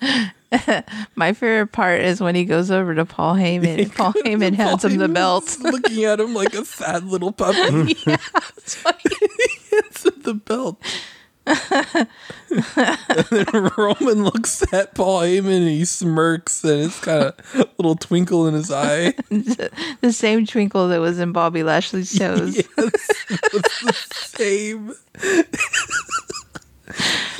Speaker 3: no. My favorite part is when he goes over to Paul Heyman. and Paul Heyman hands him the belt.
Speaker 2: Looking at him like a sad little puppy. It's at the belt. and then Roman looks at Paul Heyman and he smirks and it's kind of a little twinkle in his eye.
Speaker 3: the same twinkle that was in Bobby Lashley's toes.
Speaker 2: Yes, it's the same.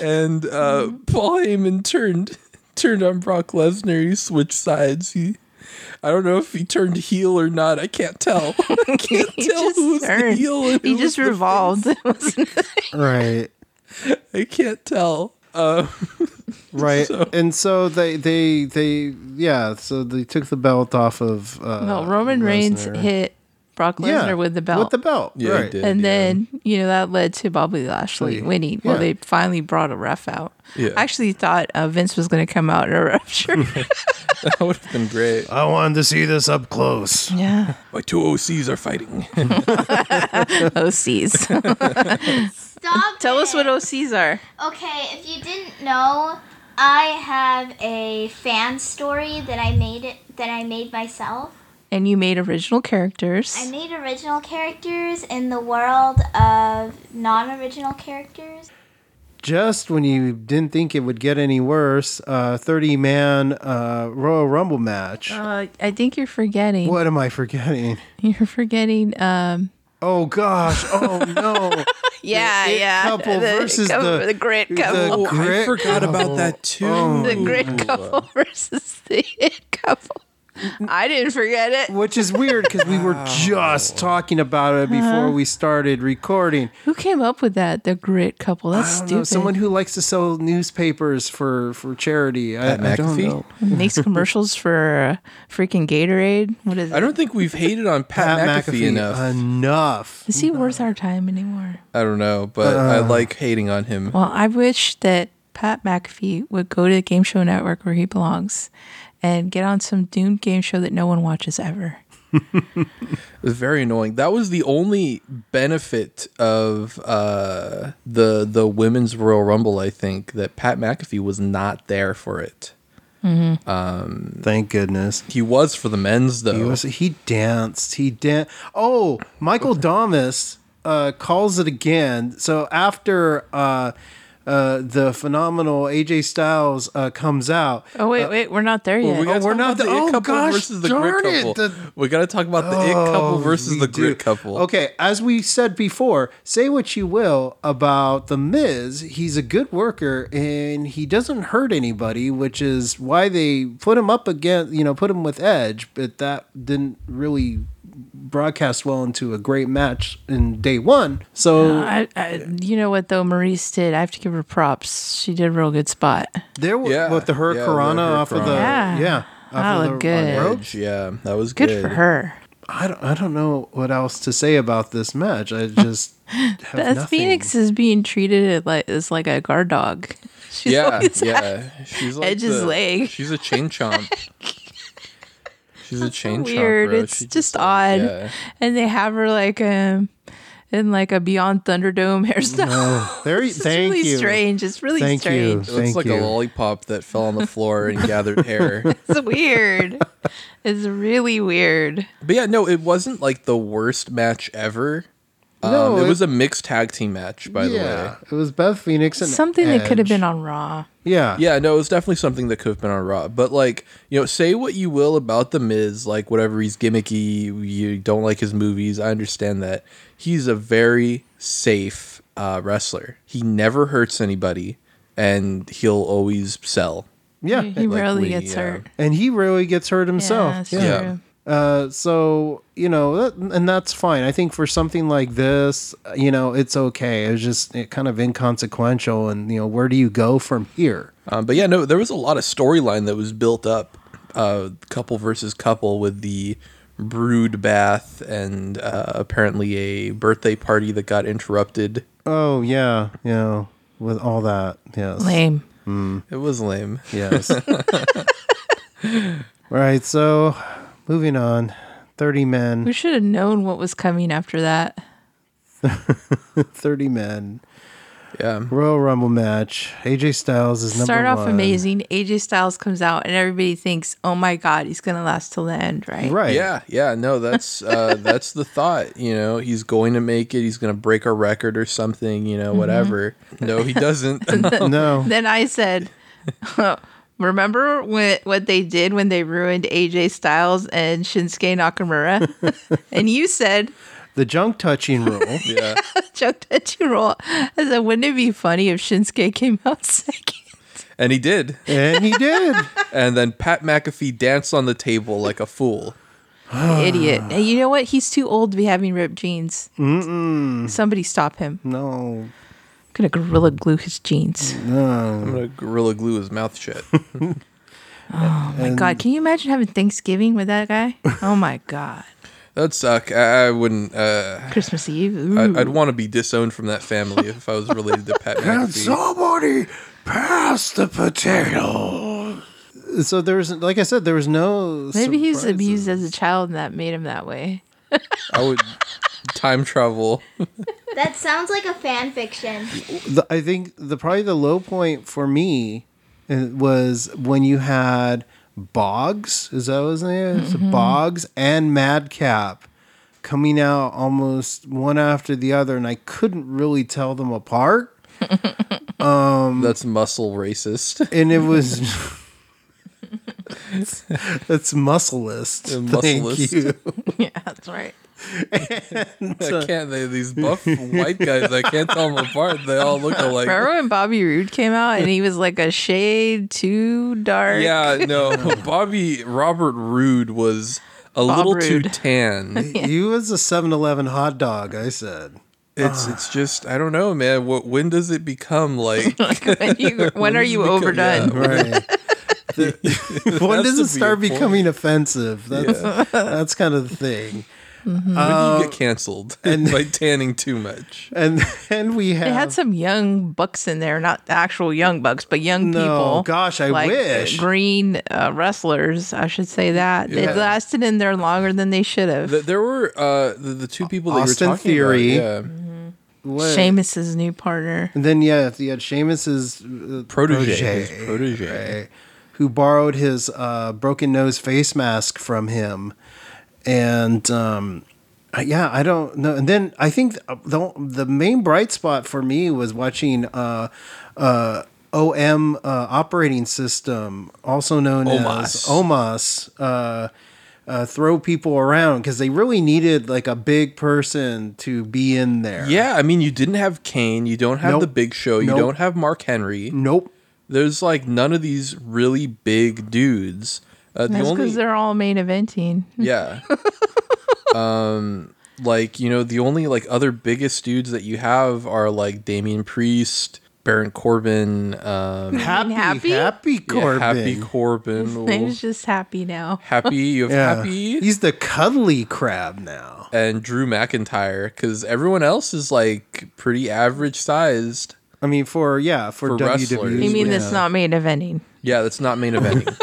Speaker 2: and uh, Paul Heyman turned turned on Brock Lesnar. He switched sides. He, I don't know if he turned heel or not. I can't tell. I can't
Speaker 3: He
Speaker 2: tell
Speaker 3: just
Speaker 2: who's the
Speaker 3: turned.
Speaker 2: heel. And
Speaker 3: He
Speaker 2: who's
Speaker 3: just
Speaker 2: the face.
Speaker 3: revolved. It wasn't-
Speaker 1: Right.
Speaker 2: I can't tell. Uh,
Speaker 1: right and so they they they yeah so they took the belt off of uh
Speaker 3: no, Roman Reigns
Speaker 1: Lesnar.
Speaker 3: hit Brock Lesnar
Speaker 1: yeah
Speaker 3: with the belt.
Speaker 1: with the belt
Speaker 2: Yeah, he
Speaker 1: right
Speaker 2: did.
Speaker 3: and
Speaker 2: yeah.
Speaker 3: then, you know, that led to Bobby Lashley
Speaker 1: Lashley,
Speaker 3: winning. Well,
Speaker 1: yeah.
Speaker 3: they finally brought a ref out.
Speaker 2: Yeah.
Speaker 3: I actually thought uh, Vince was going to come out in a ref shirt.
Speaker 2: that would have been great.
Speaker 1: i wanted to see this up close
Speaker 3: yeah.
Speaker 2: My two OCs are fighting.
Speaker 1: Oh,
Speaker 3: OCs.
Speaker 4: Stop.
Speaker 3: Tell us
Speaker 4: it.
Speaker 3: what OCs are.
Speaker 4: Okay, if you didn't know, I have a fan story that I made it that I made myself.
Speaker 3: And you made original characters.
Speaker 4: I made original characters in the world of non-original characters.
Speaker 1: just when you didn't think it would get any worse uh 30 man uh royal rumble match
Speaker 3: uh, I think you're forgetting.
Speaker 1: what am i forgetting
Speaker 3: You're forgetting. Um,
Speaker 1: oh gosh oh no
Speaker 3: Yeah,
Speaker 1: it
Speaker 3: yeah.
Speaker 1: couple versus
Speaker 3: couple-
Speaker 1: the-
Speaker 3: the grit couple.
Speaker 2: Oh, I
Speaker 1: Grit
Speaker 2: forgot about
Speaker 1: couple.
Speaker 2: that too.
Speaker 1: Oh.
Speaker 3: The, grit couple versus the it couple. I didn't forget it.
Speaker 1: which is weird because we were just talking about it before we started recording
Speaker 3: Who came up with that? The grit couple. That's
Speaker 1: I don't
Speaker 3: stupid.
Speaker 1: know, someone who likes to sell newspapers for for charity I,
Speaker 2: Pat
Speaker 1: I don't
Speaker 2: McAfee?
Speaker 1: know
Speaker 3: makes commercials for uh, freaking Gatorade. What is?
Speaker 2: I don't think we've hated on Pat, McAfee, enough.
Speaker 1: uh, Enough.
Speaker 3: Is he worth our time anymore?
Speaker 2: I don't know, but I
Speaker 1: uh.
Speaker 2: like hating on him.
Speaker 3: Well, I wish that Pat McAfee would go to the Game Show Network where he belongs, and get on some doomed game show that no one watches ever.
Speaker 2: It was very annoying. That was the only benefit of uh, the the women's Royal Rumble. I think that Pat McAfee was not there for it.
Speaker 1: Thank goodness.
Speaker 2: He was for the men's though.
Speaker 1: He was he danced. He danced. Oh, Michael Domus uh, calls it again. So after uh, uh, the phenomenal AJ Styles uh, comes out,
Speaker 3: Oh wait, wait, we're not there yet.
Speaker 2: Well, we gotta
Speaker 1: Oh, we're
Speaker 2: talk
Speaker 1: not
Speaker 2: about the,
Speaker 1: the-
Speaker 2: it
Speaker 1: oh,
Speaker 2: couple
Speaker 1: gosh,
Speaker 2: versus the
Speaker 1: darn
Speaker 2: grit
Speaker 1: it,
Speaker 2: couple.
Speaker 1: the- Oh,
Speaker 2: we got to talk about the it couple versus
Speaker 1: we
Speaker 2: the
Speaker 1: do.
Speaker 2: grit couple.
Speaker 1: Okay, as we said before, say what you will about the Miz. He's a good worker and he doesn't hurt anybody, which is why they put him up against, you know, put him with Edge. But that didn't really broadcast well into a great match in day one. So
Speaker 3: I, I, you know what though, Maurice did. I have to give her props. She did a real good spot.
Speaker 1: there was
Speaker 2: Yeah,
Speaker 1: with the
Speaker 2: yeah,
Speaker 1: Hurricane
Speaker 2: the
Speaker 1: off of the
Speaker 2: Hurricanrana.
Speaker 3: Yeah.
Speaker 1: yeah. off
Speaker 3: That
Speaker 1: of
Speaker 3: looked
Speaker 1: the- on
Speaker 3: good.
Speaker 1: rope.
Speaker 2: Edge, yeah, that was
Speaker 3: Good,
Speaker 2: good.
Speaker 3: for her.
Speaker 1: I don't, I don't know what else to say about this match. I just have
Speaker 3: Beth
Speaker 1: nothing.
Speaker 3: Phoenix is being treated like as like a guard dog. She's
Speaker 2: yeah,
Speaker 3: always
Speaker 2: yeah. She's like
Speaker 3: Edge's
Speaker 2: the-
Speaker 3: leg.
Speaker 2: She's a chain chomp. She's a chain
Speaker 3: weird.
Speaker 2: chomp. Bro.
Speaker 3: It's
Speaker 2: She
Speaker 3: just
Speaker 2: like,
Speaker 3: odd.
Speaker 2: yeah.
Speaker 3: and they have her like um in like a Beyond Thunderdome hairstyle.
Speaker 1: Oh, there,
Speaker 3: it's
Speaker 1: thank
Speaker 3: really
Speaker 1: you.
Speaker 3: strange. It's really
Speaker 1: Thank
Speaker 3: strange.
Speaker 2: It
Speaker 1: you. Thank
Speaker 2: looks like
Speaker 1: you.
Speaker 2: a lollipop that fell on the floor and gathered hair.
Speaker 3: It's weird. it's really weird.
Speaker 2: But yeah, no, it wasn't like the worst match ever. Um,
Speaker 1: No,
Speaker 2: it,
Speaker 1: it-
Speaker 2: was a mixed tag team match, by the way.
Speaker 1: yeah, it was Beth Phoenix and
Speaker 3: Something that could have
Speaker 1: Edge.
Speaker 3: been on Raw.
Speaker 1: Yeah,
Speaker 2: Yeah, no, it was definitely something that could have been on Raw. But like, you know, say what you will about the Miz, like whatever he's gimmicky, you don't like his movies. I understand that. He's a very safe uh, wrestler. He never hurts anybody, and he'll always sell.
Speaker 1: yeah.
Speaker 3: He
Speaker 2: Like
Speaker 3: rarely
Speaker 2: we,
Speaker 3: gets
Speaker 2: uh,
Speaker 3: hurt.
Speaker 1: And he really gets hurt
Speaker 3: yeah,
Speaker 1: himself.
Speaker 3: that's
Speaker 2: Yeah.
Speaker 3: true.
Speaker 1: Uh, so you know, that, and that's fine. I think for something like this, you know, it's okay. It's just it kind of inconsequential, and you know, where do you go from here?
Speaker 2: Um, but yeah, no, there was a lot of storyline that was built up, uh, couple versus couple with the brood bath and uh, apparently a birthday party that got interrupted.
Speaker 1: Oh yeah, you know, with all that, yes,
Speaker 3: Lame.
Speaker 2: It was lame.
Speaker 1: yes. all right, so moving on. Thirty men,
Speaker 3: We should have known what was coming after that.
Speaker 1: thirty men.
Speaker 2: Yeah.
Speaker 1: Royal Rumble match. AJ Styles is number
Speaker 3: Start off
Speaker 1: one.
Speaker 3: amazing. AJ Styles comes out and everybody thinks, "Oh my God, he's gonna last till the end, right?"
Speaker 1: right?
Speaker 2: Yeah, yeah, no, that's uh, that's the thought. You know, he's going to make it. He's going to break a record or something. You know, whatever. No, he doesn't.
Speaker 1: No,
Speaker 3: Then I said, "Remember when, what they did when they ruined AJ Styles and Shinsuke Nakamura?" and you said,
Speaker 1: the junk touching rule.
Speaker 2: yeah,
Speaker 3: "Chuck that you roll." I said, "Wouldn't it be funny if Shinsuke came out second?
Speaker 2: and he did.
Speaker 1: and he did.
Speaker 2: And then Pat McAfee danced on the table like a fool.
Speaker 3: Idiot! And you know what? He's too old to be having ripped jeans.
Speaker 1: Hmm.
Speaker 3: Somebody stop him! I'm
Speaker 1: No,
Speaker 3: gonna gorilla glue his jeans."
Speaker 2: I'm gonna gorilla glue his mouth shut.
Speaker 3: My God, can you imagine having Thanksgiving with that guy? Oh my God.
Speaker 2: That'd suck. I, I wouldn't. Uh,
Speaker 3: Christmas Eve.
Speaker 2: I'd,
Speaker 3: ooh.
Speaker 2: I'd want to be disowned from that family if I was related to Pat McAfee.
Speaker 1: somebody pass the potato? So there was, like I said, there was no.
Speaker 3: Maybe he was
Speaker 1: surprises.
Speaker 3: abused as a child and that made him that way.
Speaker 2: I would time travel.
Speaker 4: That sounds like a fan fiction.
Speaker 1: The- I think the probably the low point for me uh, was when you had Boggs. Is that what his name? is?
Speaker 3: Mm-hmm.
Speaker 1: Boggs and Madcap coming out almost one after the other, and I couldn't really tell them apart.
Speaker 2: That's muscle racist.
Speaker 1: and it was that's muscleist.
Speaker 2: Uh,
Speaker 1: Thank
Speaker 2: muscleist.
Speaker 1: you.
Speaker 3: yeah, that's right.
Speaker 2: I can't. They, these buff white guys. I can't tell them apart. They all look alike.
Speaker 3: Remember when Bobby Roode came out and he was like a shade too dark?
Speaker 2: Yeah, no. Bobby Robert Roode was a
Speaker 3: Bob
Speaker 2: little too
Speaker 3: Roode.
Speaker 2: tan.
Speaker 1: He was a 7-Eleven hot dog. I said.
Speaker 2: It's it's just I don't know, man. What when does it become like?
Speaker 3: Like, when, you, when are you
Speaker 2: Because-
Speaker 3: overdone?
Speaker 1: Right. when does
Speaker 2: Has to
Speaker 1: it
Speaker 2: be a
Speaker 1: start
Speaker 2: point.
Speaker 1: becoming offensive? That's that's kind of the thing.
Speaker 2: when do you get canceled
Speaker 1: and-
Speaker 2: by tanning too much?
Speaker 1: And then we have
Speaker 3: They had some young bucks in there, not the actual young bucks, but young
Speaker 1: No,
Speaker 3: people.
Speaker 1: gosh, I
Speaker 3: like, uh,
Speaker 1: wish.
Speaker 3: Green uh, wrestlers, I should say that. They
Speaker 2: Yeah.
Speaker 3: lasted in there longer than they should have.
Speaker 2: Th- There were uh, the, the two people that
Speaker 1: Austin
Speaker 2: you were talking
Speaker 1: Theory.
Speaker 2: about. Yeah.
Speaker 1: what-
Speaker 3: Seamus's new partner.
Speaker 1: And then yeah, you had Seamus's uh,
Speaker 2: protege,
Speaker 1: protege,
Speaker 2: his protege.
Speaker 1: right, who borrowed his uh, broken nose face mask from him, and um, I- yeah, I don't know. And then I think uh, the the main bright spot for me was watching. Uh, uh, OM uh, operating system, also known as
Speaker 2: OMAS.
Speaker 1: OMAS, uh, uh, throw people around because they really needed like a big person to be in there.
Speaker 2: Yeah, I mean, you didn't have Kane, you don't have
Speaker 1: Nope.
Speaker 2: the Big Show, you
Speaker 1: Nope.
Speaker 2: don't have Mark Henry.
Speaker 1: Nope.
Speaker 2: There's like none of these really big dudes. Uh, the
Speaker 3: That's because
Speaker 2: only
Speaker 3: they're all main eventing.
Speaker 2: yeah, um, like you know, the only like other biggest dudes that you have are like Damian Priest, Baron Corbin. Um, yeah,
Speaker 1: Happy,
Speaker 3: happy?
Speaker 1: happy Corbin.
Speaker 2: Happy Corbin.
Speaker 3: Name's
Speaker 2: Ooh.
Speaker 3: just happy now.
Speaker 2: Happy, you have
Speaker 1: Yeah.
Speaker 2: Happy.
Speaker 1: He's the cuddly crab now.
Speaker 2: and Drew McIntyre because everyone else is like pretty average sized.
Speaker 1: I mean, for yeah, for, E.
Speaker 2: For
Speaker 1: WWE.
Speaker 2: wrestlers.
Speaker 3: You mean
Speaker 2: Yeah.
Speaker 3: that's not main eventing?
Speaker 2: Yeah, that's not main eventing.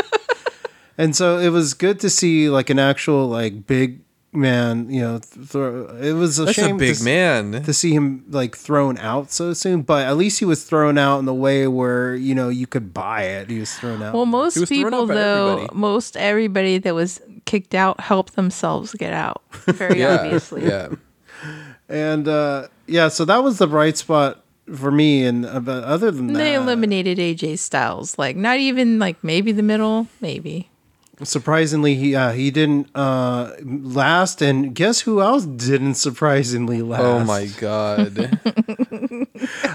Speaker 1: And so it was good to see like an actual like big man. You know, th- throw, it was a
Speaker 2: that's a
Speaker 1: shame
Speaker 2: big
Speaker 1: to, s-
Speaker 2: man.
Speaker 1: to see him like thrown out so soon. But at least he was thrown out in the way where you know you could buy it. He was thrown out.
Speaker 3: Well, most
Speaker 2: was thrown
Speaker 3: people
Speaker 2: out by
Speaker 3: though,
Speaker 2: everybody.
Speaker 3: most everybody that was kicked out helped themselves get out. Very
Speaker 2: yeah,
Speaker 3: obviously.
Speaker 2: yeah.
Speaker 1: and uh, yeah, so that was the bright spot for me. And uh, but other than
Speaker 3: They
Speaker 1: that,
Speaker 3: eliminated AJ Styles. Like not even like maybe the middle, maybe.
Speaker 1: surprisingly, he uh, he didn't uh, last. And guess who else didn't surprisingly last?
Speaker 2: Oh my god.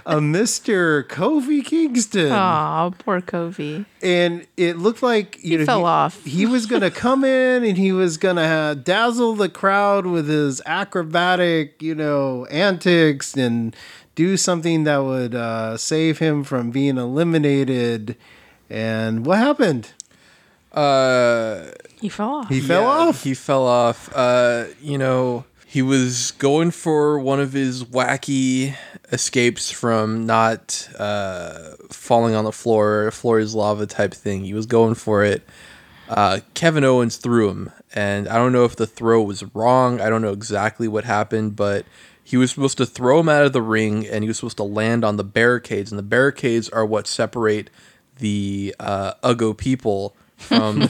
Speaker 1: a Mister Kofi Kingston.
Speaker 3: Aw, poor Kofi.
Speaker 1: and it looked like you know
Speaker 3: fell
Speaker 1: he,
Speaker 3: off.
Speaker 1: he was gonna come in and he was gonna uh, dazzle the crowd with his acrobatic you know antics and do something that would uh, save him from being eliminated and what happened
Speaker 2: uh,
Speaker 3: He fell off.
Speaker 1: he fell
Speaker 2: yeah,
Speaker 1: off
Speaker 2: He fell off. Uh, you know, he was going for one of his wacky escapes from not uh, falling on the floor, floor is lava type thing. He was going for it. Uh, Kevin Owens threw him, and I don't know if the throw was wrong. I don't know exactly what happened, but he was supposed to throw him out of the ring, and he was supposed to land on the barricades, and the barricades are what separate the uh, Uggo people from the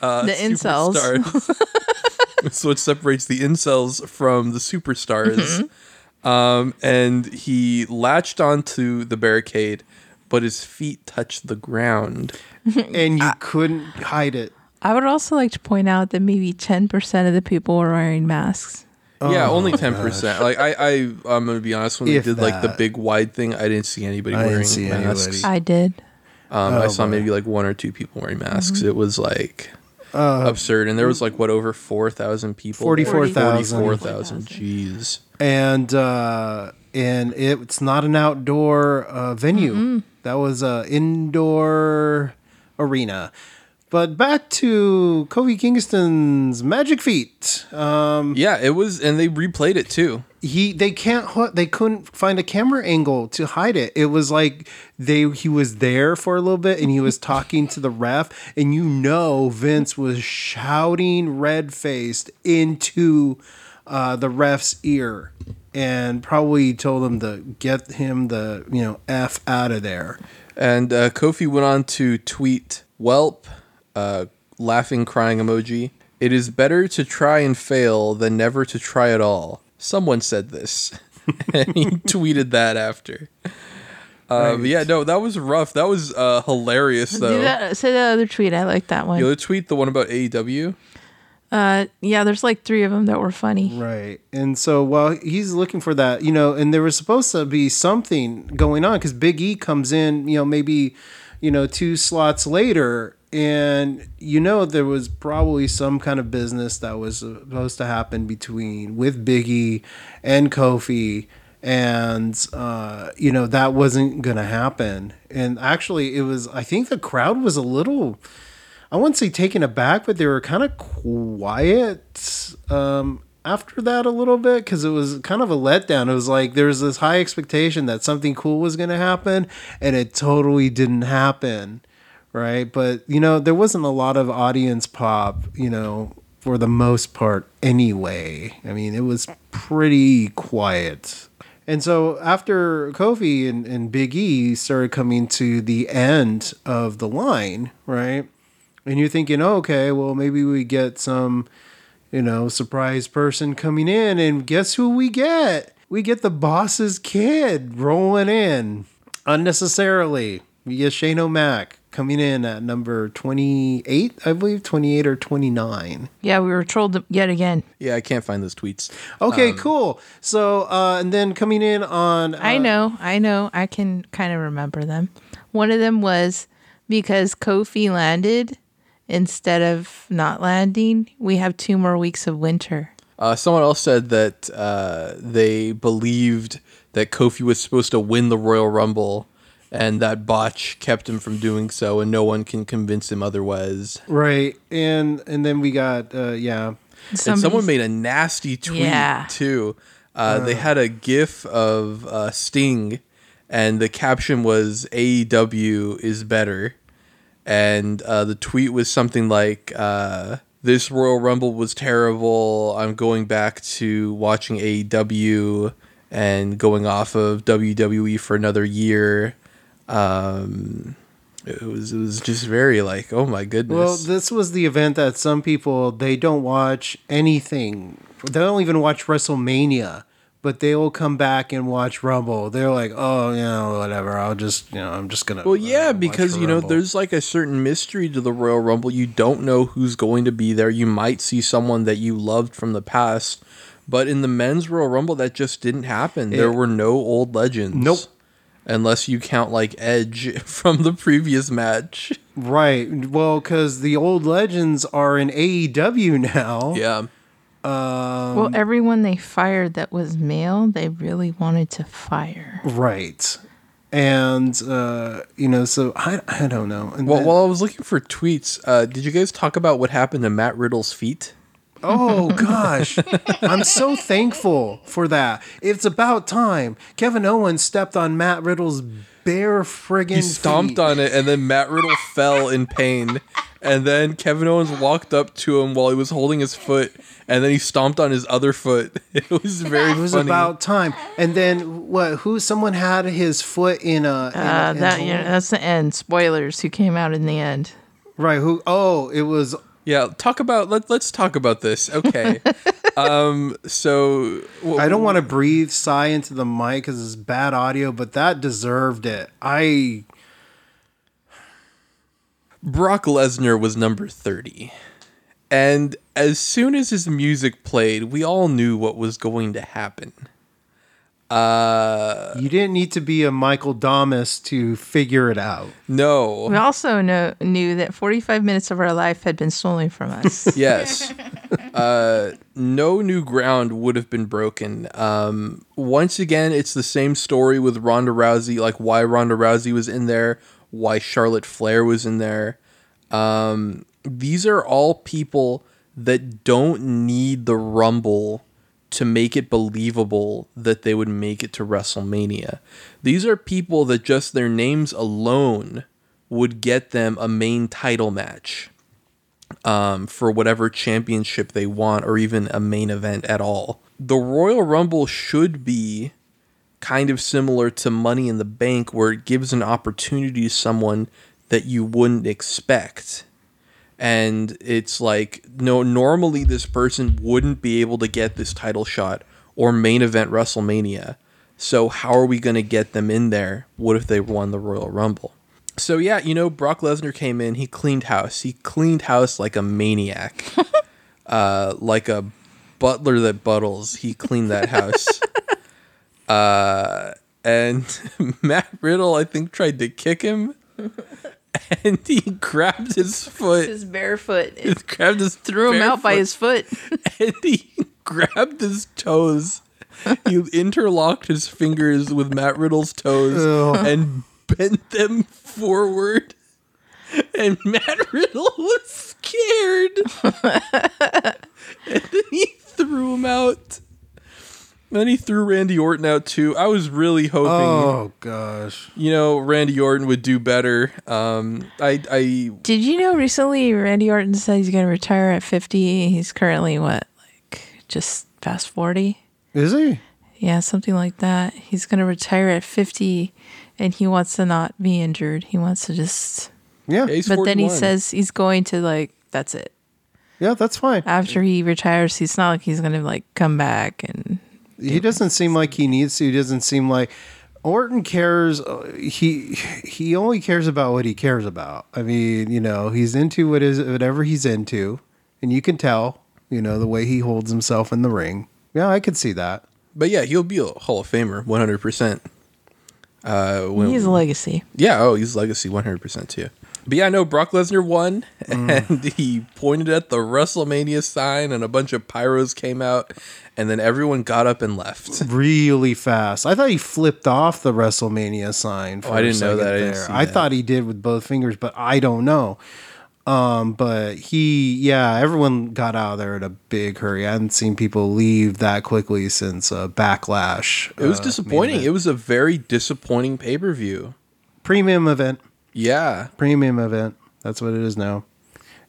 Speaker 2: uh,
Speaker 3: The incels.
Speaker 2: superstars. it's what separates the incels from the superstars.
Speaker 3: Mm-hmm.
Speaker 2: Um, and he latched onto the barricade, but his feet touched the ground.
Speaker 1: and you couldn't hide it
Speaker 3: I would also like to point out that maybe ten percent of the people were wearing masks.
Speaker 2: yeah, only ten percent. Like I, I, I'm gonna be honest. When
Speaker 1: Oh, If
Speaker 2: they did like the
Speaker 1: that.
Speaker 2: big wide thing, I didn't see anybody
Speaker 1: didn't
Speaker 2: wearing
Speaker 1: see Oh,
Speaker 2: masks.
Speaker 3: I did.
Speaker 2: Um, I saw maybe like one or two people wearing masks.
Speaker 3: Mm-hmm.
Speaker 2: It was like
Speaker 1: Oh.
Speaker 2: absurd, and there was like what over four thousand people.
Speaker 1: 44,000.
Speaker 2: Forty-four thousand. Jeez.
Speaker 1: and uh and it's not an outdoor uh, venue. That was a indoor arena. But back to Kofi Kingston's magic feet. Um,
Speaker 2: Yeah, it was, and they replayed it too.
Speaker 1: he they can't hu- they couldn't find a camera angle to hide it. It was like they he was there for a little bit and he was talking to the ref and you know Vince was shouting red faced into uh, the ref's ear and probably told him to get him the you know f out of there.
Speaker 2: And uh, Kofi went on to tweet, "Welp," uh, laughing crying emoji. It is better to try and fail than never to try at all. Someone said this, and he tweeted that after. Uh, but yeah, no, that was rough. That was uh, hilarious though.
Speaker 3: Do that, say the other tweet. I like that one.
Speaker 2: The other tweet, the one about E AEW.
Speaker 3: Uh, yeah, there's like three of them that were funny.
Speaker 1: Right. And so while he's looking for that, you know, and there was supposed to be something going on because Big E comes in, you know, maybe, you know, two slots later. And, you know, there was probably some kind of business that was supposed to happen between with Big E and Kofi. And, uh, you know, that wasn't going to happen. And actually, it was, I think the crowd was a little. I wouldn't say taken aback, but they were kind of quiet um, after that a little bit because it was kind of a letdown. It was like there was this high expectation that something cool was going to happen, and it totally didn't happen, right? But you know, there wasn't a lot of audience pop, you know, for the most part anyway. I mean, it was pretty quiet. And so after Kofi and, and Big E started coming to the end of the line, right? and you're thinking, oh, okay, well, maybe we get some, you know, surprise person coming in, and guess who we get? We get the boss's kid rolling in unnecessarily. We get Shane O'Mac coming in at number 28, I believe, 28 or 29.
Speaker 3: Yeah, we were trolled yet again.
Speaker 2: Yeah, I can't find those tweets.
Speaker 1: Okay, cool. So, uh, and then coming in on. Uh,
Speaker 3: I know, I know, I can kind of remember them. One of them was because Kofi landed instead of not landing, we have two more weeks of winter.
Speaker 2: Uh, someone else said that uh, they believed that Kofi was supposed to win the Royal Rumble, and that botch kept him from doing so, and no one can convince him otherwise.
Speaker 1: Right. And and then we got uh yeah.
Speaker 2: and someone
Speaker 3: Somebody's-
Speaker 2: made a nasty tweet
Speaker 3: Yeah.
Speaker 2: too. Uh, they had a GIF of uh, Sting, and the caption was "AEW is better," and uh, the tweet was something like, uh, "This Royal Rumble was terrible. I'm going back to watching AEW and going off of WWE for another year." Um, it was it was just very like, oh my goodness.
Speaker 1: Well, this was the event that some people they don't watch anything. They don't even watch WrestleMania, but they will come back and watch Rumble. They're like, "Oh, you know, whatever. I'll just, you know, I'm just uh, going to
Speaker 2: Well, yeah, because you know, there's like a certain mystery to the Royal Rumble. You don't know who's going to be there. You might see someone that you loved from the past, but in the men's Royal Rumble, that just didn't happen. there
Speaker 1: It-
Speaker 2: were no old legends.
Speaker 1: Nope.
Speaker 2: Unless you count like Edge from the previous match.
Speaker 1: Right. Well, cuz the old legends are in AEW now.
Speaker 2: Yeah.
Speaker 3: well, everyone they fired that was male, they really wanted to fire.
Speaker 1: Right. And uh, you know, so I I don't know. And
Speaker 2: Well,
Speaker 1: then-
Speaker 2: while I was looking for tweets, uh, did you guys talk about what happened to Matt Riddle's feet?
Speaker 1: Oh gosh, I'm so thankful for that. It's about time. Kevin Owens stepped on Matt Riddle's bare friggin'
Speaker 2: He stomped
Speaker 1: feet.
Speaker 2: on it, and then Matt Riddle fell in pain. And then Kevin Owens walked up to him while he was holding his foot, and then he stomped on his other foot. It was very
Speaker 1: It was
Speaker 2: funny.
Speaker 1: about time. And then what? Who? Someone had his foot in a. in a-
Speaker 3: Uh,
Speaker 1: in a
Speaker 3: that
Speaker 1: hole.
Speaker 3: you know, that's the end. Spoilers. Who came out in the end?
Speaker 1: right. Who? Oh, it was.
Speaker 2: yeah, talk about let let's talk about this. Okay, um, so wh-
Speaker 1: I don't want to breathe sigh into the mic because it's bad audio, but that deserved it. I.
Speaker 2: Brock Lesnar was number thirty, and as soon as his music played, we all knew what was going to happen.
Speaker 1: You didn't need to be a Michael Domus to figure it out.
Speaker 2: No,
Speaker 3: We also know, knew that 45 minutes of our life had been stolen from us.
Speaker 2: Yes. uh, no new ground would have been broken. Um, once again, it's the same story with Ronda Rousey, like why Ronda Rousey was in there, why Charlotte Flair was in there. Um, these are all people that don't need the Rumble to make it believable that they would make it to WrestleMania. These are people that just their names alone would get them a main title match um, for whatever championship they want or even a main event at all. The Royal Rumble should be kind of similar to Money in the Bank, where it gives an opportunity to someone that you wouldn't expect. And it's like, no, normally this person wouldn't be able to get this title shot or main event WrestleMania. So, how are we going to get them in there? What if they won the Royal Rumble? So, yeah, you know, Brock Lesnar came in, he cleaned house. He cleaned house like a maniac, uh, like a butler that buttles. He cleaned that house. Uh, and Matt Riddle, I think, tried to kick him, and he grabbed his foot,
Speaker 3: His barefoot.
Speaker 2: grabbed his
Speaker 3: Threw him out by his foot.
Speaker 2: and he grabbed his toes. He interlocked his fingers with Matt Riddle's toes
Speaker 1: Ew.
Speaker 2: and bent them forward. And Matt Riddle was scared. and then he threw him out. Then he threw Randy Orton out too. I was really hoping
Speaker 1: Oh gosh.
Speaker 2: you know Randy Orton would do better. Um, I I
Speaker 3: Did you know recently Randy Orton said he's going to retire at 50? He's currently what, like just past 40?
Speaker 1: Is he?
Speaker 3: Yeah, something like that. He's going to retire at 50 and he wants to not be injured. He wants to just.
Speaker 1: Yeah.
Speaker 2: Ace
Speaker 3: But then he
Speaker 2: 41.
Speaker 3: says he's going to, like, that's it.
Speaker 1: Yeah, that's fine.
Speaker 3: After he retires, he's not like he's going to, like, come back and.
Speaker 1: he doesn't seem like he needs to. He doesn't seem like Orton cares. uh, He he only cares about what he cares about. I mean, you know, he's into what is whatever he's into, and you can tell. You know the way he holds himself in the ring. Yeah, I could see that.
Speaker 2: but yeah, he'll be a Hall of Famer, one hundred percent. Uh, when-
Speaker 3: He's a legacy.
Speaker 2: yeah, oh, he's legacy, one hundred percent too. But yeah, I know Brock Lesnar won, and he pointed at the WrestleMania sign, and a bunch of pyros came out, and then everyone got up and left.
Speaker 1: really fast. I thought he flipped off the WrestleMania sign. For
Speaker 2: Oh, I
Speaker 1: a
Speaker 2: didn't know
Speaker 1: second
Speaker 2: that. I
Speaker 1: There.
Speaker 2: didn't see that.
Speaker 1: thought he did with both fingers, but I don't know. Um, but he, yeah, everyone got out of there in a big hurry. I hadn't seen people leave that quickly since uh, Backlash.
Speaker 2: It was
Speaker 1: uh,
Speaker 2: disappointing. It was a very disappointing pay per view.
Speaker 1: premium event,
Speaker 2: Yeah.
Speaker 1: premium event. That's what it is now.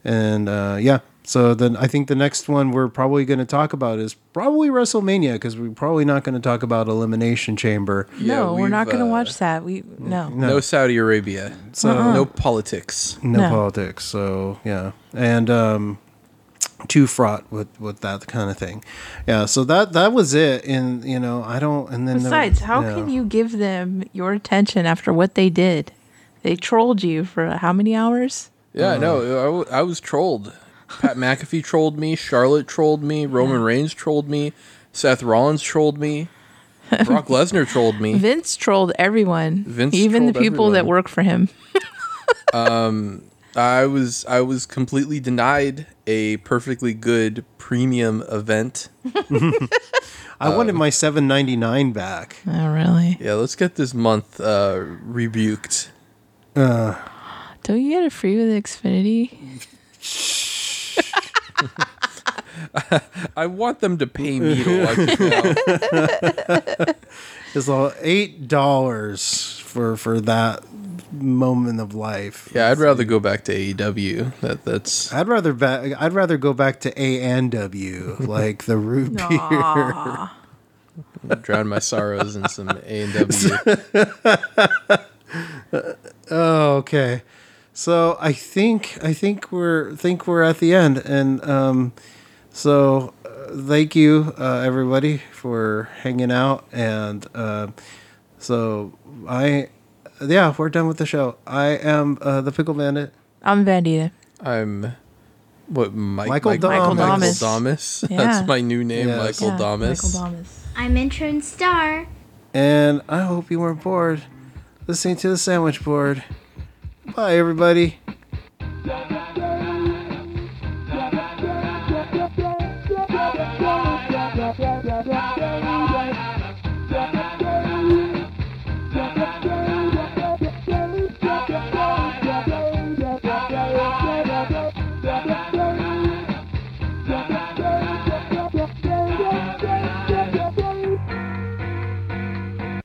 Speaker 1: And uh, yeah, so then I think the next one we're probably going to talk about is probably WrestleMania because we're probably not going to talk about Elimination Chamber.
Speaker 2: Yeah,
Speaker 3: no, we're not
Speaker 2: we've,
Speaker 3: going to
Speaker 2: uh,
Speaker 3: watch that. We no.
Speaker 2: No, Saudi Arabia. So uh-uh. Mm. no politics.
Speaker 1: no,
Speaker 3: No.
Speaker 1: politics. So yeah, and um, too fraught with with that kind of thing. Yeah, so that that was it. And you know, I don't. And then there-
Speaker 3: Besides, how
Speaker 1: yeah.
Speaker 3: can you give them your attention after what they did? They trolled you for how many hours?
Speaker 2: Yeah, no, I wa- I was trolled. Pat McAfee trolled me. Charlotte trolled me. Roman Reigns trolled me. Seth Rollins trolled me. Brock Lesnar trolled me.
Speaker 3: Vince trolled everyone,
Speaker 2: Vince
Speaker 3: even the
Speaker 2: trolled
Speaker 3: people that
Speaker 2: everyone.
Speaker 3: work for him.
Speaker 2: I was I was completely denied a perfectly good premium event.
Speaker 1: I wanted my seven ninety nine back.
Speaker 3: Oh, really?
Speaker 2: Yeah, let's get this month uh, rebuked.
Speaker 3: Don't you get it free with Xfinity?
Speaker 2: I want them to pay me to watch it now.
Speaker 1: It's all eight dollars for for that moment of life.
Speaker 2: Yeah, I'd rather go back to AEW. That that's
Speaker 1: I'd rather ba- I'd rather go back to A and W like the root beer.
Speaker 2: drown my sorrows in some A and W.
Speaker 1: Okay. So I think I think we're think we're at the end, and um, so uh, thank you uh, everybody for hanging out, and uh, so I yeah we're done with the show. I am uh, the pickle bandit.
Speaker 3: I'm Bandita.
Speaker 2: I'm what Mike,
Speaker 1: Michael
Speaker 2: Mike- Michael
Speaker 3: Domas.
Speaker 2: Domas.
Speaker 3: Yeah.
Speaker 2: That's my new name,
Speaker 1: Yes.
Speaker 2: Michael
Speaker 3: Yeah,
Speaker 2: Domas.
Speaker 3: Michael Domas.
Speaker 4: I'm intern star.
Speaker 1: and I hope you weren't bored listening to the sandwich board. Bye, everybody.
Speaker 6: Thank